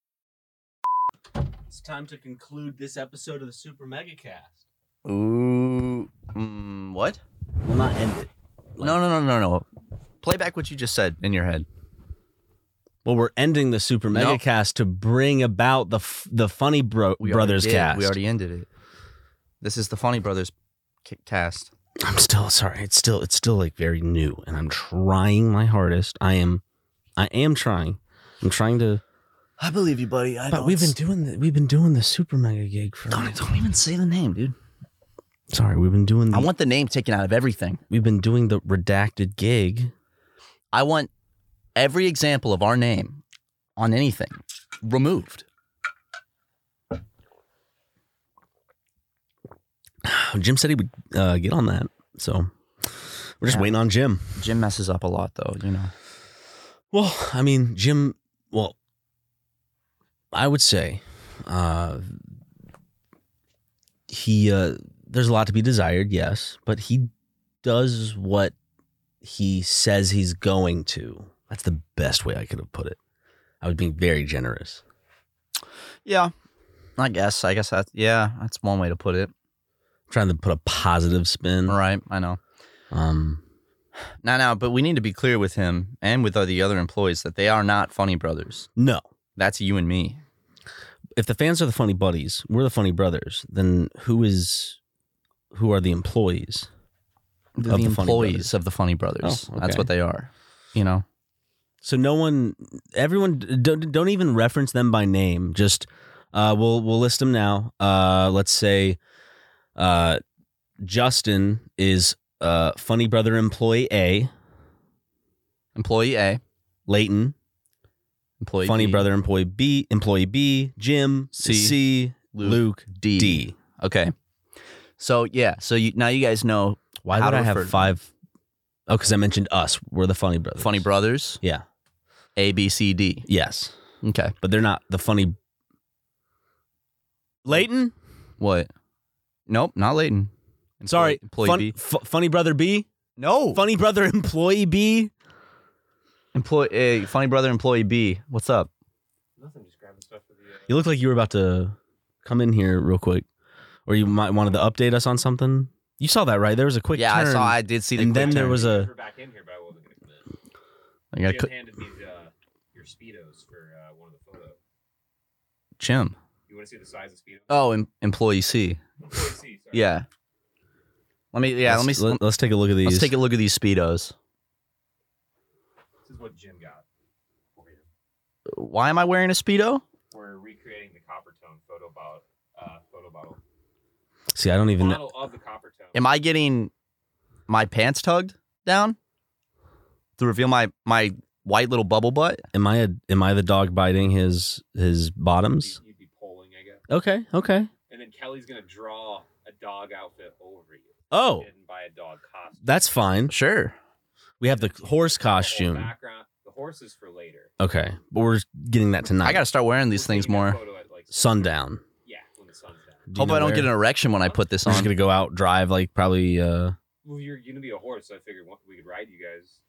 [SPEAKER 3] it's time to conclude this episode of the Super Mega Cast.
[SPEAKER 5] Ooh. Mm, what?
[SPEAKER 3] Will not end it.
[SPEAKER 5] no, no, no, no, no. Play back what you just said in your head.
[SPEAKER 3] Well, we're ending the Super Mega
[SPEAKER 5] No.
[SPEAKER 3] Cast to bring about the f- the Funny Bro-
[SPEAKER 5] We already
[SPEAKER 3] Brothers
[SPEAKER 5] did.
[SPEAKER 3] cast.
[SPEAKER 5] We already ended it. This is the Funny Brothers ca- cast.
[SPEAKER 3] I'm still sorry. It's still it's still like very new, and I'm trying my hardest. I am, I am trying. I'm trying to.
[SPEAKER 6] I believe you, buddy. I
[SPEAKER 3] But
[SPEAKER 6] know
[SPEAKER 3] we've been
[SPEAKER 6] it's-
[SPEAKER 3] doing the, we've been doing the Super Mega gig for.
[SPEAKER 5] Don't, don't even say the name, dude.
[SPEAKER 3] Sorry, we've been doing. The,
[SPEAKER 5] I want the name taken out of everything.
[SPEAKER 3] We've been doing the redacted gig.
[SPEAKER 5] I want every example of our name on anything removed.
[SPEAKER 3] Jim said he would uh, get on that, so we're just
[SPEAKER 5] Yeah.
[SPEAKER 3] waiting on Jim.
[SPEAKER 5] Jim messes up a lot, though, you know.
[SPEAKER 3] Well, I mean, Jim. Well, I would say uh, he. Uh, there's a lot to be desired, yes, but he does what he says he's going to. That's the best way I could have put it. I was being very generous.
[SPEAKER 5] Yeah. I guess. I guess that's, yeah, that's one way to put it.
[SPEAKER 3] trying to put a positive spin.
[SPEAKER 5] Right. I know.
[SPEAKER 3] Um,
[SPEAKER 5] Now, now, but we need to be clear with him and with the other employees that they are not funny brothers.
[SPEAKER 3] no.
[SPEAKER 5] That's you and me.
[SPEAKER 3] If the fans are the funny buddies, we're the funny brothers. Then who is? Who are the employees?
[SPEAKER 5] The,
[SPEAKER 3] Of the Funny
[SPEAKER 5] employees of the Funny Brothers.
[SPEAKER 3] Oh, okay.
[SPEAKER 5] That's what they are. You know.
[SPEAKER 3] So no one, everyone, don't don't even reference them by name. Just uh, we'll we'll list them now. Uh, let's say uh, Justin is uh, Funny Brother employee A.
[SPEAKER 5] Employee A.
[SPEAKER 3] Leighton,
[SPEAKER 5] Employee
[SPEAKER 3] Funny
[SPEAKER 5] B.
[SPEAKER 3] Brother employee B, employee B, Jim
[SPEAKER 5] C.
[SPEAKER 3] C,
[SPEAKER 5] Luke,
[SPEAKER 3] Luke
[SPEAKER 5] D.
[SPEAKER 3] D.
[SPEAKER 5] Okay. So yeah. So you now you guys know
[SPEAKER 3] Why
[SPEAKER 5] How
[SPEAKER 3] would
[SPEAKER 5] to
[SPEAKER 3] I
[SPEAKER 5] refer
[SPEAKER 3] have
[SPEAKER 5] to-
[SPEAKER 3] five? Oh, because I mentioned us. We're the Funny Brothers.
[SPEAKER 5] Funny Brothers
[SPEAKER 3] Yeah.
[SPEAKER 5] A B C D.
[SPEAKER 3] Yes,
[SPEAKER 5] Okay.
[SPEAKER 3] but they're not the Funny. Leighton,
[SPEAKER 5] What? Nope. Not Leighton. Employee-
[SPEAKER 3] sorry,
[SPEAKER 5] Employee
[SPEAKER 3] Fun-
[SPEAKER 5] B.
[SPEAKER 3] Fu- funny Brother B.
[SPEAKER 5] No.
[SPEAKER 3] Funny brother employee B.
[SPEAKER 5] Employee A. Funny Brother. Employee B. What's up?
[SPEAKER 4] Nothing, just grabbing stuff for the. Uh,
[SPEAKER 3] You look like you were about to come in here real quick, or you might wanted to update us on something. You saw that right? There was a quick
[SPEAKER 5] yeah, I
[SPEAKER 3] turn,
[SPEAKER 5] saw. I did see the.
[SPEAKER 3] and
[SPEAKER 5] quick
[SPEAKER 3] then there
[SPEAKER 5] turn.
[SPEAKER 3] was a
[SPEAKER 4] We're back in here, but I wasn't gonna commit.
[SPEAKER 5] I got
[SPEAKER 4] Jim
[SPEAKER 5] cl-
[SPEAKER 4] handed me uh, your speedos for uh, one of the photo.
[SPEAKER 5] Jim.
[SPEAKER 4] You want to see the size of speedos?
[SPEAKER 5] Oh, em- employee C.
[SPEAKER 4] Employee C, sorry.
[SPEAKER 5] Yeah. Let me. Yeah.
[SPEAKER 3] Let's,
[SPEAKER 5] let me.
[SPEAKER 3] let- let's take a look at these.
[SPEAKER 5] Let's take a look at these speedos.
[SPEAKER 4] This is what Jim got. for you.
[SPEAKER 5] Why am I wearing a speedo?
[SPEAKER 4] We're recreating the copper tone photo bottle. Uh, photo bottle.
[SPEAKER 3] See, I don't even. know.
[SPEAKER 4] Model of the copper tone.
[SPEAKER 5] Am I getting my pants tugged down to reveal my my white little bubble butt?
[SPEAKER 3] Am I a, am I the dog biting his his
[SPEAKER 4] You'd be,
[SPEAKER 3] bottoms?
[SPEAKER 4] you'd be polling, I guess.
[SPEAKER 3] Okay, okay.
[SPEAKER 4] And then Kelly's gonna draw a dog outfit over you.
[SPEAKER 3] Oh,
[SPEAKER 4] Hidden by a dog costume.
[SPEAKER 3] that's fine.
[SPEAKER 5] Sure.
[SPEAKER 3] We have the horse
[SPEAKER 4] The whole
[SPEAKER 3] costume.
[SPEAKER 4] Background. The horse is for later.
[SPEAKER 3] Okay, but we're getting that tonight.
[SPEAKER 5] I gotta start wearing these
[SPEAKER 4] We're
[SPEAKER 5] things
[SPEAKER 4] taking that
[SPEAKER 5] more.
[SPEAKER 4] photo at, like,
[SPEAKER 3] sundown.
[SPEAKER 4] yeah, when the sun's down.
[SPEAKER 3] Do you
[SPEAKER 5] Hope
[SPEAKER 3] know
[SPEAKER 5] I don't
[SPEAKER 3] where?
[SPEAKER 5] get an erection when I put this
[SPEAKER 3] I'm
[SPEAKER 5] on.
[SPEAKER 3] just gonna go out drive like probably. uh
[SPEAKER 4] Well, you're gonna be a horse, so I figured one- we could ride you guys.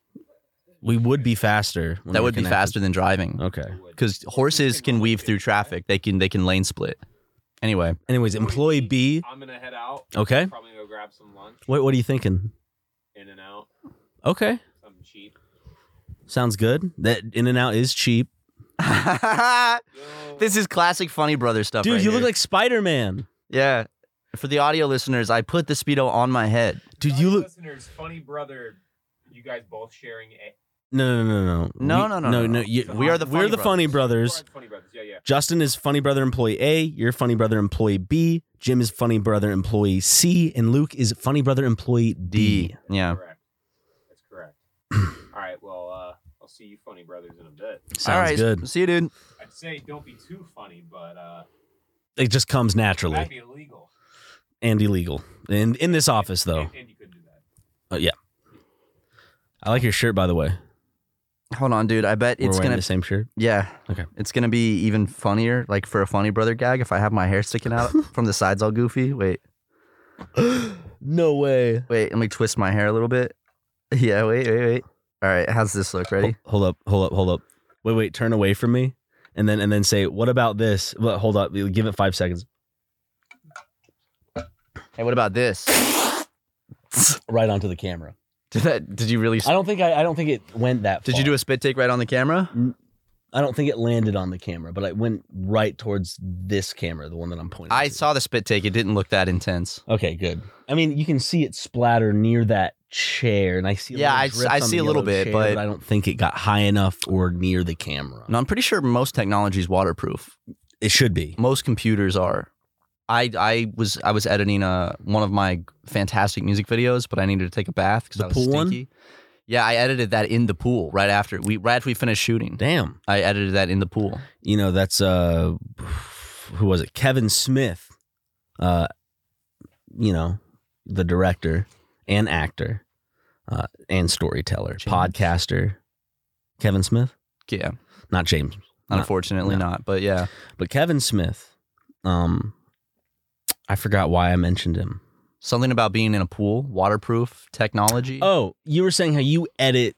[SPEAKER 3] We would be faster. when
[SPEAKER 5] that
[SPEAKER 3] we're
[SPEAKER 5] would be
[SPEAKER 3] connected.
[SPEAKER 5] faster than driving
[SPEAKER 3] Okay.
[SPEAKER 5] because horses can weave through traffic. They can they can lane split. Anyway,
[SPEAKER 3] Anyways, employee B.
[SPEAKER 4] I'm gonna head out.
[SPEAKER 3] Okay.
[SPEAKER 4] Probably gonna go grab some lunch.
[SPEAKER 3] What what are you thinking?
[SPEAKER 4] In and out.
[SPEAKER 3] Okay.
[SPEAKER 4] Something cheap.
[SPEAKER 3] Sounds good. That In and Out is cheap.
[SPEAKER 5] this is classic Funny Brother stuff.
[SPEAKER 3] Dude,
[SPEAKER 5] right
[SPEAKER 3] you look
[SPEAKER 5] here.
[SPEAKER 3] like Spider Man.
[SPEAKER 5] yeah. For the audio listeners, I put the speedo on my head.
[SPEAKER 3] Dude,
[SPEAKER 4] Sorry,
[SPEAKER 3] you look.
[SPEAKER 4] Listeners, funny brother. You guys both sharing a.
[SPEAKER 3] No, no, no, no.
[SPEAKER 5] No,
[SPEAKER 3] We-
[SPEAKER 5] no, no,
[SPEAKER 3] No,
[SPEAKER 5] no, no.
[SPEAKER 3] you-
[SPEAKER 5] We are the
[SPEAKER 3] We're
[SPEAKER 5] Funny
[SPEAKER 3] the Funny
[SPEAKER 4] You
[SPEAKER 3] Brothers.
[SPEAKER 4] are the Funny brothers. Yeah, yeah.
[SPEAKER 3] Justin is Funny Brother Employee A. You're Funny Brother Employee B. Jim is Funny Brother Employee C. And Luke is Funny Brother Employee D.
[SPEAKER 5] D. E. Yeah.
[SPEAKER 4] Correct. That's correct. All right. Well, uh, I'll see you, funny brothers, in a bit.
[SPEAKER 3] Sounds
[SPEAKER 5] All right.
[SPEAKER 3] good.
[SPEAKER 5] See you, dude.
[SPEAKER 4] I'd say don't be too funny, but uh,
[SPEAKER 3] It just comes naturally
[SPEAKER 4] that'd be illegal.
[SPEAKER 3] and illegal. And in this office, though.
[SPEAKER 4] And, and you couldn't do that.
[SPEAKER 3] Uh, yeah. I like your shirt, by the way.
[SPEAKER 5] Hold on, dude. I bet
[SPEAKER 3] We're
[SPEAKER 5] it's
[SPEAKER 3] wearing
[SPEAKER 5] gonna
[SPEAKER 3] the same shirt.
[SPEAKER 5] Yeah.
[SPEAKER 3] Okay.
[SPEAKER 5] It's gonna be even funnier, like for a funny brother gag, if I have my hair sticking out from the sides all goofy. Wait,
[SPEAKER 3] No way.
[SPEAKER 5] wait, let me twist my hair a little bit. Yeah, wait, wait, wait. All right, how's this look? Ready?
[SPEAKER 3] Hold up, hold up, hold up. Wait, wait, turn away from me. and then and then say, "What about this?" Well, hold up, give it five seconds.
[SPEAKER 5] Hey, what about this?
[SPEAKER 3] right onto the camera.
[SPEAKER 5] Did that? Did you really?
[SPEAKER 3] I don't think I. I don't think it went that.
[SPEAKER 5] Did you do a spit take right on the camera?
[SPEAKER 3] I don't think it landed on the camera, but it went right towards this camera, the one that I'm pointing.
[SPEAKER 5] I saw the spit take. It didn't look that intense.
[SPEAKER 3] Okay, good. I mean, you can see it splatter near that chair, and I see.
[SPEAKER 5] Yeah, I,
[SPEAKER 3] little
[SPEAKER 5] I
[SPEAKER 3] drips on
[SPEAKER 5] see a
[SPEAKER 3] the
[SPEAKER 5] little
[SPEAKER 3] yellow
[SPEAKER 5] bit,
[SPEAKER 3] chair,
[SPEAKER 5] but
[SPEAKER 3] I don't think it got high enough or near the camera.
[SPEAKER 5] No, I'm pretty sure most technology is waterproof.
[SPEAKER 3] It should be.
[SPEAKER 5] Most computers are. I I was I was editing uh one of my fantastic music videos, but I needed to take a bath because I was
[SPEAKER 3] pool one?
[SPEAKER 5] stinky. Yeah, I edited that in the pool right after we right after we finished shooting.
[SPEAKER 3] Damn,
[SPEAKER 5] I edited that in the pool.
[SPEAKER 3] You know, that's uh, who was it? Kevin Smith, uh, you know, the director and actor, uh, and storyteller, podcaster, Kevin Smith.
[SPEAKER 5] Yeah,
[SPEAKER 3] not James.
[SPEAKER 5] Unfortunately, not. But yeah,
[SPEAKER 3] but Kevin Smith, um, I forgot why I mentioned him.
[SPEAKER 5] Something about being in a pool, waterproof technology.
[SPEAKER 3] Oh, you were saying how you edit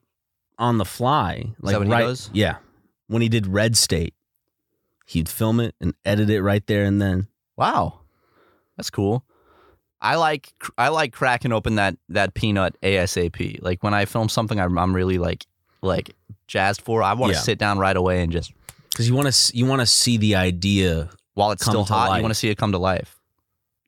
[SPEAKER 3] on the fly,
[SPEAKER 5] that what he does?
[SPEAKER 3] Yeah, when he did Red State, he'd film it and edit it right there and then.
[SPEAKER 5] Wow, that's cool. I like I like cracking open that that peanut ASAP. Like when I film something, I'm, I'm really like like jazzed for. I want to
[SPEAKER 3] Yeah.
[SPEAKER 5] sit down right away and just
[SPEAKER 3] because you want to you want to see the idea
[SPEAKER 5] while it's
[SPEAKER 3] come
[SPEAKER 5] still
[SPEAKER 3] to
[SPEAKER 5] hot.
[SPEAKER 3] life.
[SPEAKER 5] You want to see it come to life.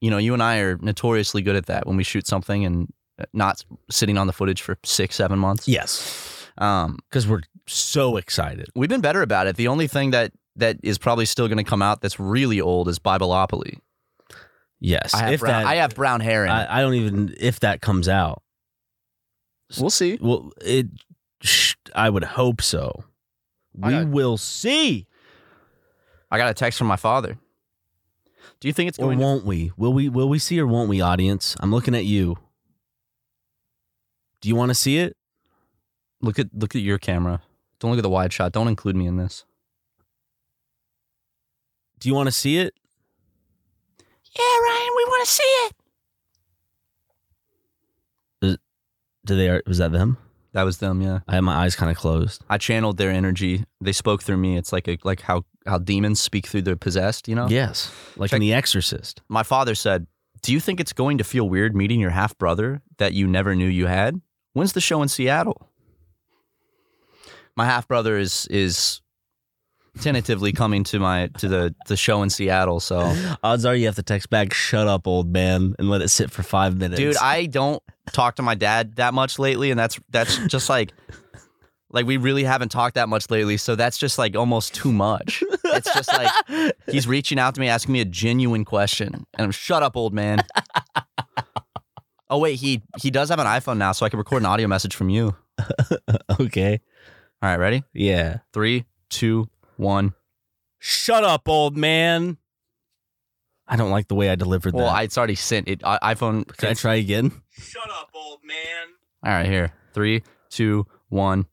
[SPEAKER 5] You know, you and I are notoriously good at that when we shoot something and uh, not sitting on the footage for six seven months.
[SPEAKER 3] Yes,
[SPEAKER 5] because
[SPEAKER 3] we're so excited.
[SPEAKER 5] We've been better about it. The only thing that that is probably still going to come out that's really old is Bibleopoly.
[SPEAKER 3] Yes,
[SPEAKER 5] I have
[SPEAKER 3] if
[SPEAKER 5] brown-
[SPEAKER 3] that-
[SPEAKER 5] I have brown hair in it.
[SPEAKER 3] I, I don't even if that comes out.
[SPEAKER 5] We'll see.
[SPEAKER 3] Well, it. Sh- I would hope so. We will see.
[SPEAKER 5] I got a text from my father. Do you think it's
[SPEAKER 3] Or
[SPEAKER 5] going? to-
[SPEAKER 3] won't we? Will we? Will we see or won't we? Audience, I'm looking at you. Do you want to see it?
[SPEAKER 5] Look at look at your camera. Don't look at the wide shot. Don't include me in this.
[SPEAKER 3] Do you want to see it?
[SPEAKER 5] Yeah, Ryan, we want to see it.
[SPEAKER 3] Do they? Was that them?
[SPEAKER 5] That was them. Yeah.
[SPEAKER 3] I had my eyes kind of closed.
[SPEAKER 5] I channeled their energy. They spoke through me. It's like a, like how how demons speak through their possessed. You know.
[SPEAKER 3] Yes, like in The Exorcist.
[SPEAKER 5] My father said, "Do you think it's going to feel weird meeting your half brother that you never knew you had? When's the show in Seattle?" My half brother is is tentatively coming to my to the the show in Seattle. So
[SPEAKER 3] Odds are you have to text back, "Shut up, old man," and let it sit for five minutes.
[SPEAKER 5] Dude, I don't talk to my dad that much lately, and that's that's just like like we really haven't talked that much lately, so that's just like almost too much. It's just like he's reaching out to me, asking me a genuine question, and I'm shut up, old man. Oh wait, he he does have an iPhone now, so I can record an audio message from you.
[SPEAKER 3] okay.
[SPEAKER 5] All right, ready?
[SPEAKER 3] Yeah.
[SPEAKER 5] Three, two, one.
[SPEAKER 3] Shut up, old man. I don't like the way I delivered
[SPEAKER 5] Well,
[SPEAKER 3] that.
[SPEAKER 5] I, it's already sent. It I, iPhone.
[SPEAKER 3] Can I try again?
[SPEAKER 5] All right, here. Three, two, one.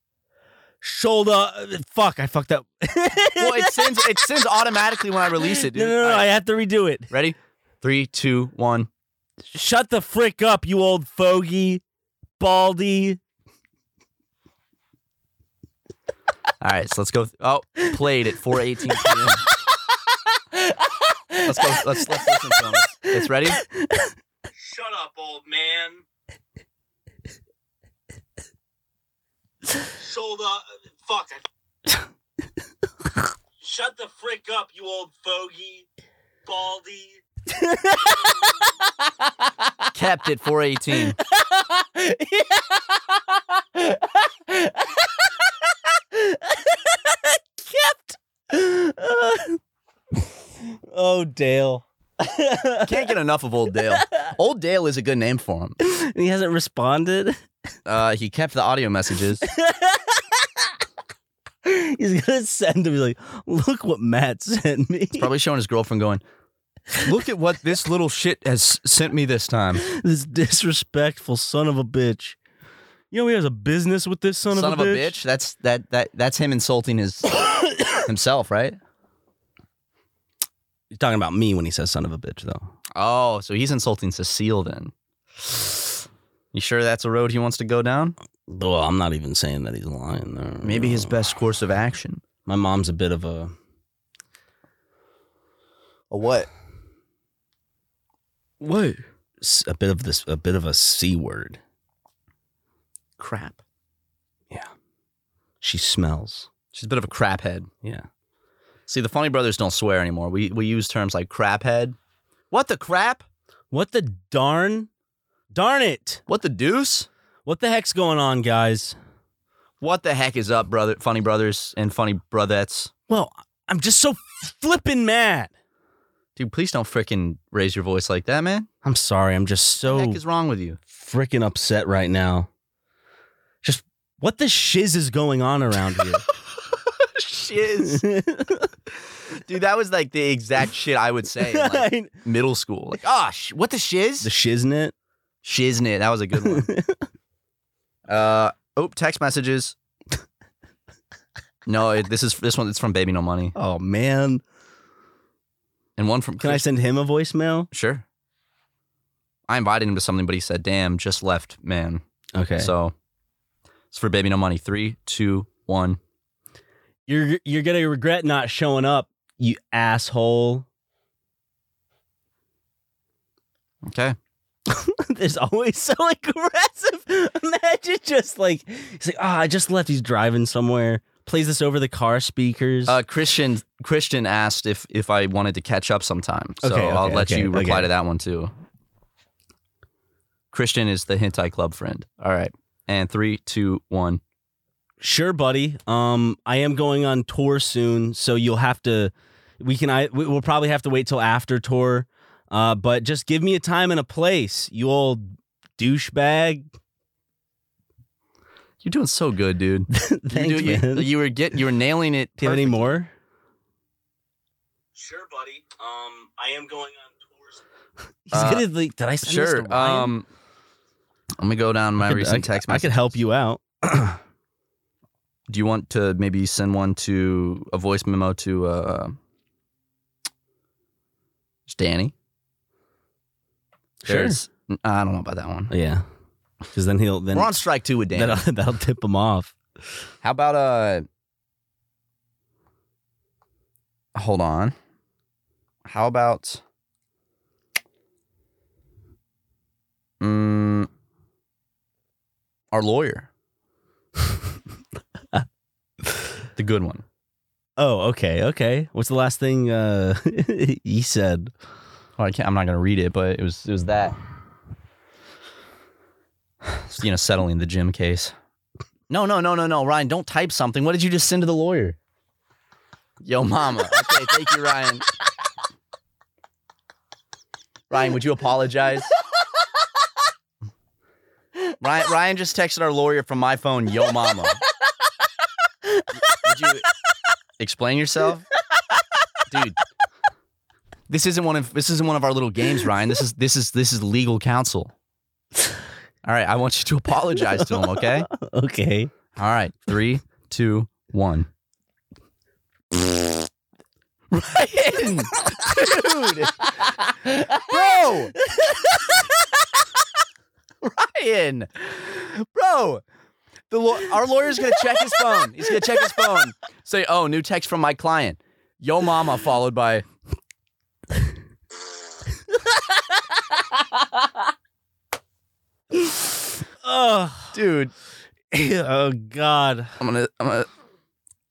[SPEAKER 3] Shoulder. Fuck, I fucked up.
[SPEAKER 5] well, it sends it sends automatically when I release it. Dude.
[SPEAKER 3] No, no, no, I have to redo it.
[SPEAKER 5] Ready? Three, two, one.
[SPEAKER 3] Shut the frick up, you old fogey, baldy.
[SPEAKER 5] All right, so let's go. Th- oh, played at 4:18 p.m. let's go. Let's let's listen to him. It's ready.
[SPEAKER 4] Shut up, old man. Sold up. Fuck. I- Shut the frick up, you old fogey, baldy.
[SPEAKER 5] Kept at 4:18.
[SPEAKER 3] oh, Dale.
[SPEAKER 5] Can't get enough of Old Dale. Old Dale is a good name for him.
[SPEAKER 3] He hasn't responded.
[SPEAKER 5] Uh, he kept the audio messages.
[SPEAKER 3] He's gonna send him like, look what Matt sent me.
[SPEAKER 5] Probably showing his girlfriend going. Look at what this little shit has sent me this time.
[SPEAKER 3] This disrespectful son of a bitch. You know he has a business with this son,
[SPEAKER 5] of, a bitch. That's that that that's him insulting his himself, right?
[SPEAKER 3] He's talking about me when he says son of a bitch, though.
[SPEAKER 5] Oh, so he's insulting Cecile then. You sure that's a road he wants to go down?
[SPEAKER 3] Well, I'm not even saying that he's lying. There.
[SPEAKER 5] Maybe his best course of action.
[SPEAKER 3] My mom's a bit of a
[SPEAKER 9] A what?
[SPEAKER 3] What? A bit of this, a bit of a c word.
[SPEAKER 5] Crap.
[SPEAKER 3] Yeah. She smells.
[SPEAKER 5] She's a bit of a crap head.
[SPEAKER 3] Yeah.
[SPEAKER 5] See, the Funny Brothers don't swear anymore. We we use terms like crap head. What the crap?
[SPEAKER 3] What the darn? Darn it!
[SPEAKER 5] What the deuce?
[SPEAKER 3] What the heck's going on, guys?
[SPEAKER 5] What the heck is up, brother? Funny Brothers and Funny Brothettes.
[SPEAKER 3] Well, I'm just so flippin' mad.
[SPEAKER 5] Dude, please don't frickin' raise your voice like that, man.
[SPEAKER 3] I'm sorry. I'm just so.
[SPEAKER 5] What the heck is wrong with you?
[SPEAKER 3] Freaking upset right now. Just what the shiz is going on around here?
[SPEAKER 5] shiz. Dude, that was like the exact shit I would say in like middle school. Like, ah, oh, sh- what the shiz?
[SPEAKER 3] The shiznit.
[SPEAKER 5] Shiznit. That was a good one. uh, oh, text messages. no, it, this is this one. It's from Baby No Money.
[SPEAKER 3] Oh man.
[SPEAKER 5] And one from.
[SPEAKER 3] Can I send him a voicemail?
[SPEAKER 5] Sure. I invited him to something, but he said, "Damn, just left, man."
[SPEAKER 3] Okay.
[SPEAKER 5] So it's for Baby No Money. Three, two, one
[SPEAKER 3] you're you're gonna regret not showing up, you asshole.
[SPEAKER 5] Okay.
[SPEAKER 3] There's always so aggressive. Imagine just like he's like, ah, oh, I just left. He's driving somewhere. Plays this over the car speakers.
[SPEAKER 5] Uh, Christian Christian asked if if I wanted to catch up sometime, so
[SPEAKER 3] okay, okay,
[SPEAKER 5] I'll let
[SPEAKER 3] okay,
[SPEAKER 5] you reply
[SPEAKER 3] okay.
[SPEAKER 5] to that one too. Christian is the hentai club friend. All right, and three, two, one
[SPEAKER 3] sure buddy um i am going on tour soon so you'll have to we can i we- we'll probably have to wait till after tour uh but just give me a time and a place you old douchebag
[SPEAKER 5] You're doing so good, dude.
[SPEAKER 3] Thanks,
[SPEAKER 5] you, you-
[SPEAKER 3] man.
[SPEAKER 5] you were get you were nailing it.
[SPEAKER 3] do you have any
[SPEAKER 5] perfect.
[SPEAKER 3] more sure buddy um i am going on tour he's
[SPEAKER 5] Uh,
[SPEAKER 3] gonna like did i send this to
[SPEAKER 5] Sure.
[SPEAKER 3] Ryan?
[SPEAKER 5] Um, let me go down my
[SPEAKER 3] I could- I,
[SPEAKER 5] recent text
[SPEAKER 3] I
[SPEAKER 5] message.
[SPEAKER 3] could help you out
[SPEAKER 5] Do you want to maybe send one to a voice memo to uh, it's Danny?
[SPEAKER 3] Sure.
[SPEAKER 5] There's- I don't know about that one.
[SPEAKER 3] yeah because then he'll then
[SPEAKER 5] We're on strike two with Danny.
[SPEAKER 3] that'll, that'll tip him off
[SPEAKER 5] How about uh hold on. How about mm, our lawyer? the good one.
[SPEAKER 3] Oh, okay, okay. What's the last thing uh he said?
[SPEAKER 5] Oh, I can't, I'm not gonna read it, but it was it was that. You know, settling the Jim case. No, no, no, no, no, Ryan, don't type something. What did you just send to the lawyer? Yo, mama. Okay, thank you, Ryan. Ryan, would you apologize? Ryan, Ryan just texted our lawyer from my phone, yo, mama. Would you explain yourself, dude? This isn't one of this isn't one of our little games, Ryan. This is this is this is legal counsel. All right, I want you to apologize to him, okay?
[SPEAKER 3] Okay.
[SPEAKER 5] All right, three, two, one. Ryan, dude, bro, Ryan, bro. The law- our lawyer's gonna check his phone. He's gonna check his phone. Say, oh, new text from my client. Yo, mama, followed by.
[SPEAKER 3] Oh,
[SPEAKER 5] dude
[SPEAKER 3] oh god.
[SPEAKER 5] i'm gonna i'm gonna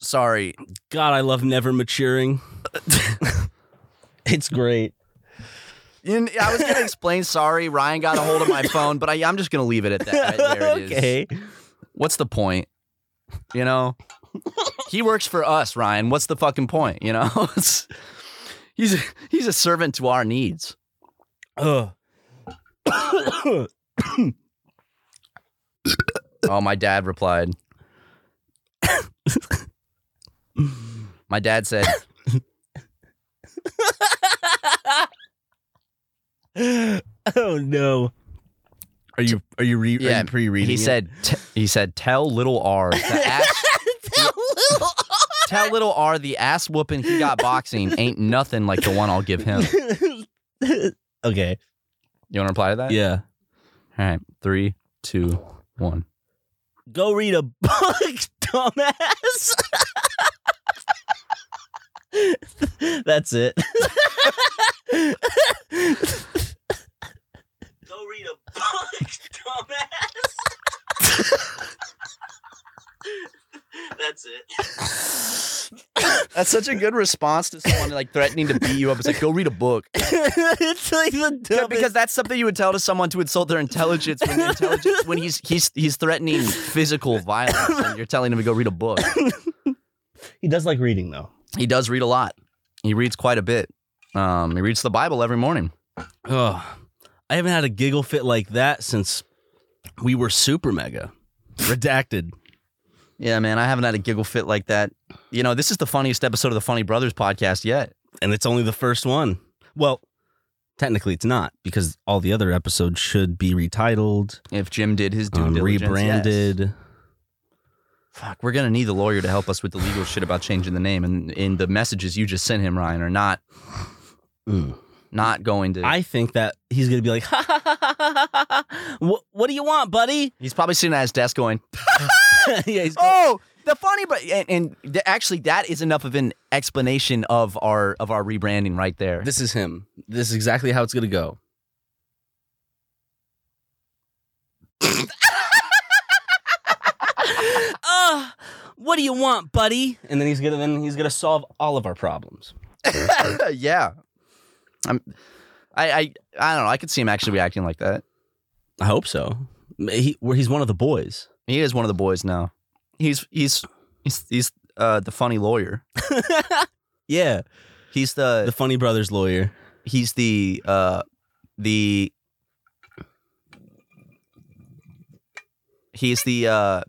[SPEAKER 5] sorry
[SPEAKER 3] God, I love never maturing. it's great.
[SPEAKER 5] You kn- i was gonna explain sorry ryan got a hold of my phone but I, i'm just gonna leave it at that right there it is.
[SPEAKER 3] okay.
[SPEAKER 5] what's the point you know he works for us ryan what's the fucking point you know It's- he's a, he's a servant to our needs
[SPEAKER 3] Ugh.
[SPEAKER 5] oh my dad replied my dad said
[SPEAKER 3] oh no. Are you are you, re-
[SPEAKER 5] Yeah,
[SPEAKER 3] are you pre-reading?
[SPEAKER 5] he
[SPEAKER 3] it?
[SPEAKER 5] said t- he said tell little r to ask Tell little R the ass whooping he got boxing ain't nothing like the one I'll give him.
[SPEAKER 3] Okay.
[SPEAKER 5] You want to reply to that?
[SPEAKER 3] Yeah.
[SPEAKER 5] All right. Three, two, one.
[SPEAKER 3] Go read a book, dumbass. That's it.
[SPEAKER 8] Go read a book, dumbass. That's it.
[SPEAKER 5] That's such a good response to someone like threatening to beat you up. It's like, go read a book.
[SPEAKER 6] it's like the dumbest.
[SPEAKER 5] Yeah, because that's something you would tell to someone to insult their intelligence when, their intelligence, when he's he's he's threatening physical violence, and you're telling him to go read a book.
[SPEAKER 3] He does like reading though.
[SPEAKER 5] He does read a lot. He reads quite a bit. Um, he reads the Bible every morning.
[SPEAKER 3] Oh, I haven't had a giggle fit like that since we were super mega redacted.
[SPEAKER 5] Yeah, man, I haven't had a giggle fit like that. You know, this is the funniest episode of the Funny Brothers podcast yet,
[SPEAKER 3] and it's only the first one. Well, technically, it's not because all the other episodes should be retitled.
[SPEAKER 5] If Jim did his due
[SPEAKER 3] um,
[SPEAKER 5] diligence,
[SPEAKER 3] rebranded.
[SPEAKER 5] yes. Fuck, we're gonna need the lawyer to help us with the legal shit about changing the name, and in the messages you just sent him, Ryan, are not
[SPEAKER 3] Mm.
[SPEAKER 5] not going to.
[SPEAKER 3] I think that he's gonna be like, ha, ha, ha, ha, ha, ha, ha. What, "What do you want, buddy?"
[SPEAKER 5] He's probably sitting at his desk going,
[SPEAKER 3] yeah, he's
[SPEAKER 5] "Oh, the funny, but and, and th- actually, that is enough of an explanation of our of our rebranding right there."
[SPEAKER 3] This is him. This is exactly how it's gonna go. uh, what do you want, buddy? And then he's gonna then he's gonna solve all of our problems.
[SPEAKER 5] yeah, I'm. I, I I don't know. I could see him actually reacting like that.
[SPEAKER 3] I hope so. He, where he's one of the boys.
[SPEAKER 5] He is one of the boys now. He's he's he's he's uh, the funny lawyer.
[SPEAKER 3] Yeah,
[SPEAKER 5] He's the
[SPEAKER 3] the Funny Brothers lawyer.
[SPEAKER 5] he's the uh the he's the uh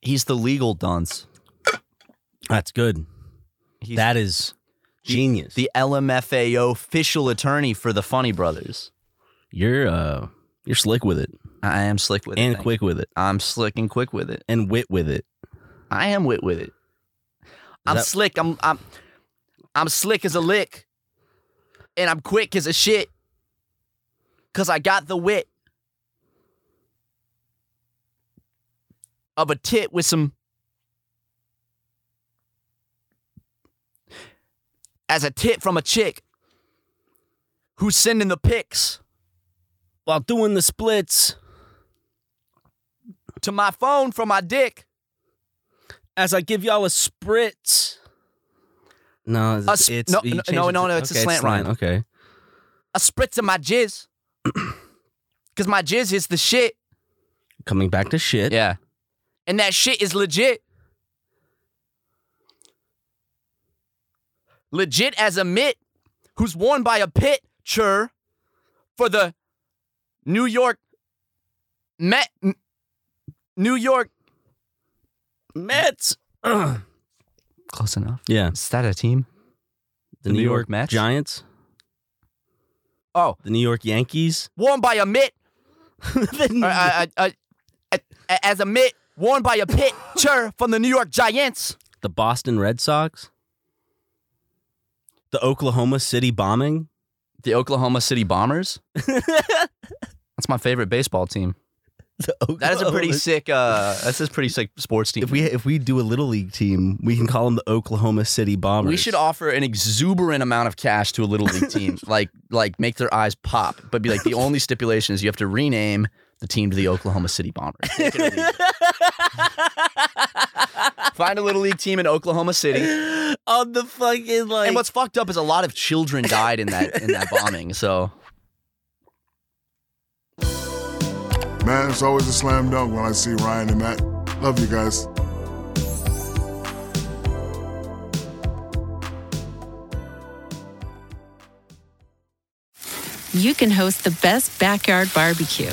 [SPEAKER 5] he's the legal dunce
[SPEAKER 3] That's good.
[SPEAKER 5] he's
[SPEAKER 3] that is genius.
[SPEAKER 5] the lmfao official attorney for the funny brothers
[SPEAKER 3] you're uh you're slick with it
[SPEAKER 5] i am slick with it
[SPEAKER 3] and
[SPEAKER 5] thank
[SPEAKER 3] quick with it
[SPEAKER 5] you. i'm slick and quick with it
[SPEAKER 3] and wit with it.
[SPEAKER 5] I am wit with it. I'm
[SPEAKER 3] that-
[SPEAKER 5] slick. I'm I'm I'm slick as a lick, and I'm quick as a shit. Cause I got the wit of a tit with some as a tit from a chick who's sending the pics
[SPEAKER 3] While doing the splits
[SPEAKER 5] to my phone from my dick.
[SPEAKER 3] as I give y'all a spritz. No,
[SPEAKER 5] A
[SPEAKER 3] it's,
[SPEAKER 5] sp-
[SPEAKER 3] it's
[SPEAKER 5] no,
[SPEAKER 3] you
[SPEAKER 5] no,
[SPEAKER 3] changed
[SPEAKER 5] no,
[SPEAKER 3] it
[SPEAKER 5] no,
[SPEAKER 3] to-
[SPEAKER 5] no, it's a
[SPEAKER 3] okay,
[SPEAKER 5] slant rhyme.
[SPEAKER 3] Okay.
[SPEAKER 5] a spritz of my jizz. Cause my jizz is the shit.
[SPEAKER 3] Coming back to shit.
[SPEAKER 5] Yeah. And that shit is legit. Legit as a mitt who's worn by a pitcher for the New York Met M- New York
[SPEAKER 3] Mets. Ugh.
[SPEAKER 5] Close enough.
[SPEAKER 3] yeah.
[SPEAKER 5] Is that a team?
[SPEAKER 3] The,
[SPEAKER 5] New
[SPEAKER 3] New
[SPEAKER 5] York
[SPEAKER 3] York,
[SPEAKER 5] Mets?
[SPEAKER 3] Giants.
[SPEAKER 5] Oh,
[SPEAKER 3] The New York Yankees.
[SPEAKER 5] worn by a mitt.
[SPEAKER 3] The-
[SPEAKER 5] Uh, uh, uh, uh, uh, as a mitt worn by a pitcher from the New York Giants.
[SPEAKER 3] the Boston Red Sox. The Oklahoma City bombing.
[SPEAKER 5] The Oklahoma City Bombers. That's my favorite baseball team. That is a
[SPEAKER 3] Oh.
[SPEAKER 5] pretty sick. Uh, that's a pretty sick sports team.
[SPEAKER 3] If we if we do a little league team, we can call them the Oklahoma City Bombers.
[SPEAKER 5] we should offer an exuberant amount of cash to a little league team, like like make their eyes pop, but be like the only stipulation is you have to rename the team to the Oklahoma City Bombers. Make it a league. Find a little league team in Oklahoma City.
[SPEAKER 3] on the fucking like.
[SPEAKER 5] And what's fucked up is a lot of children died in that in that bombing. So
[SPEAKER 9] Man, it's always a slam dunk when I see Ryan and Matt. Love you guys.
[SPEAKER 10] you can host the best backyard barbecue.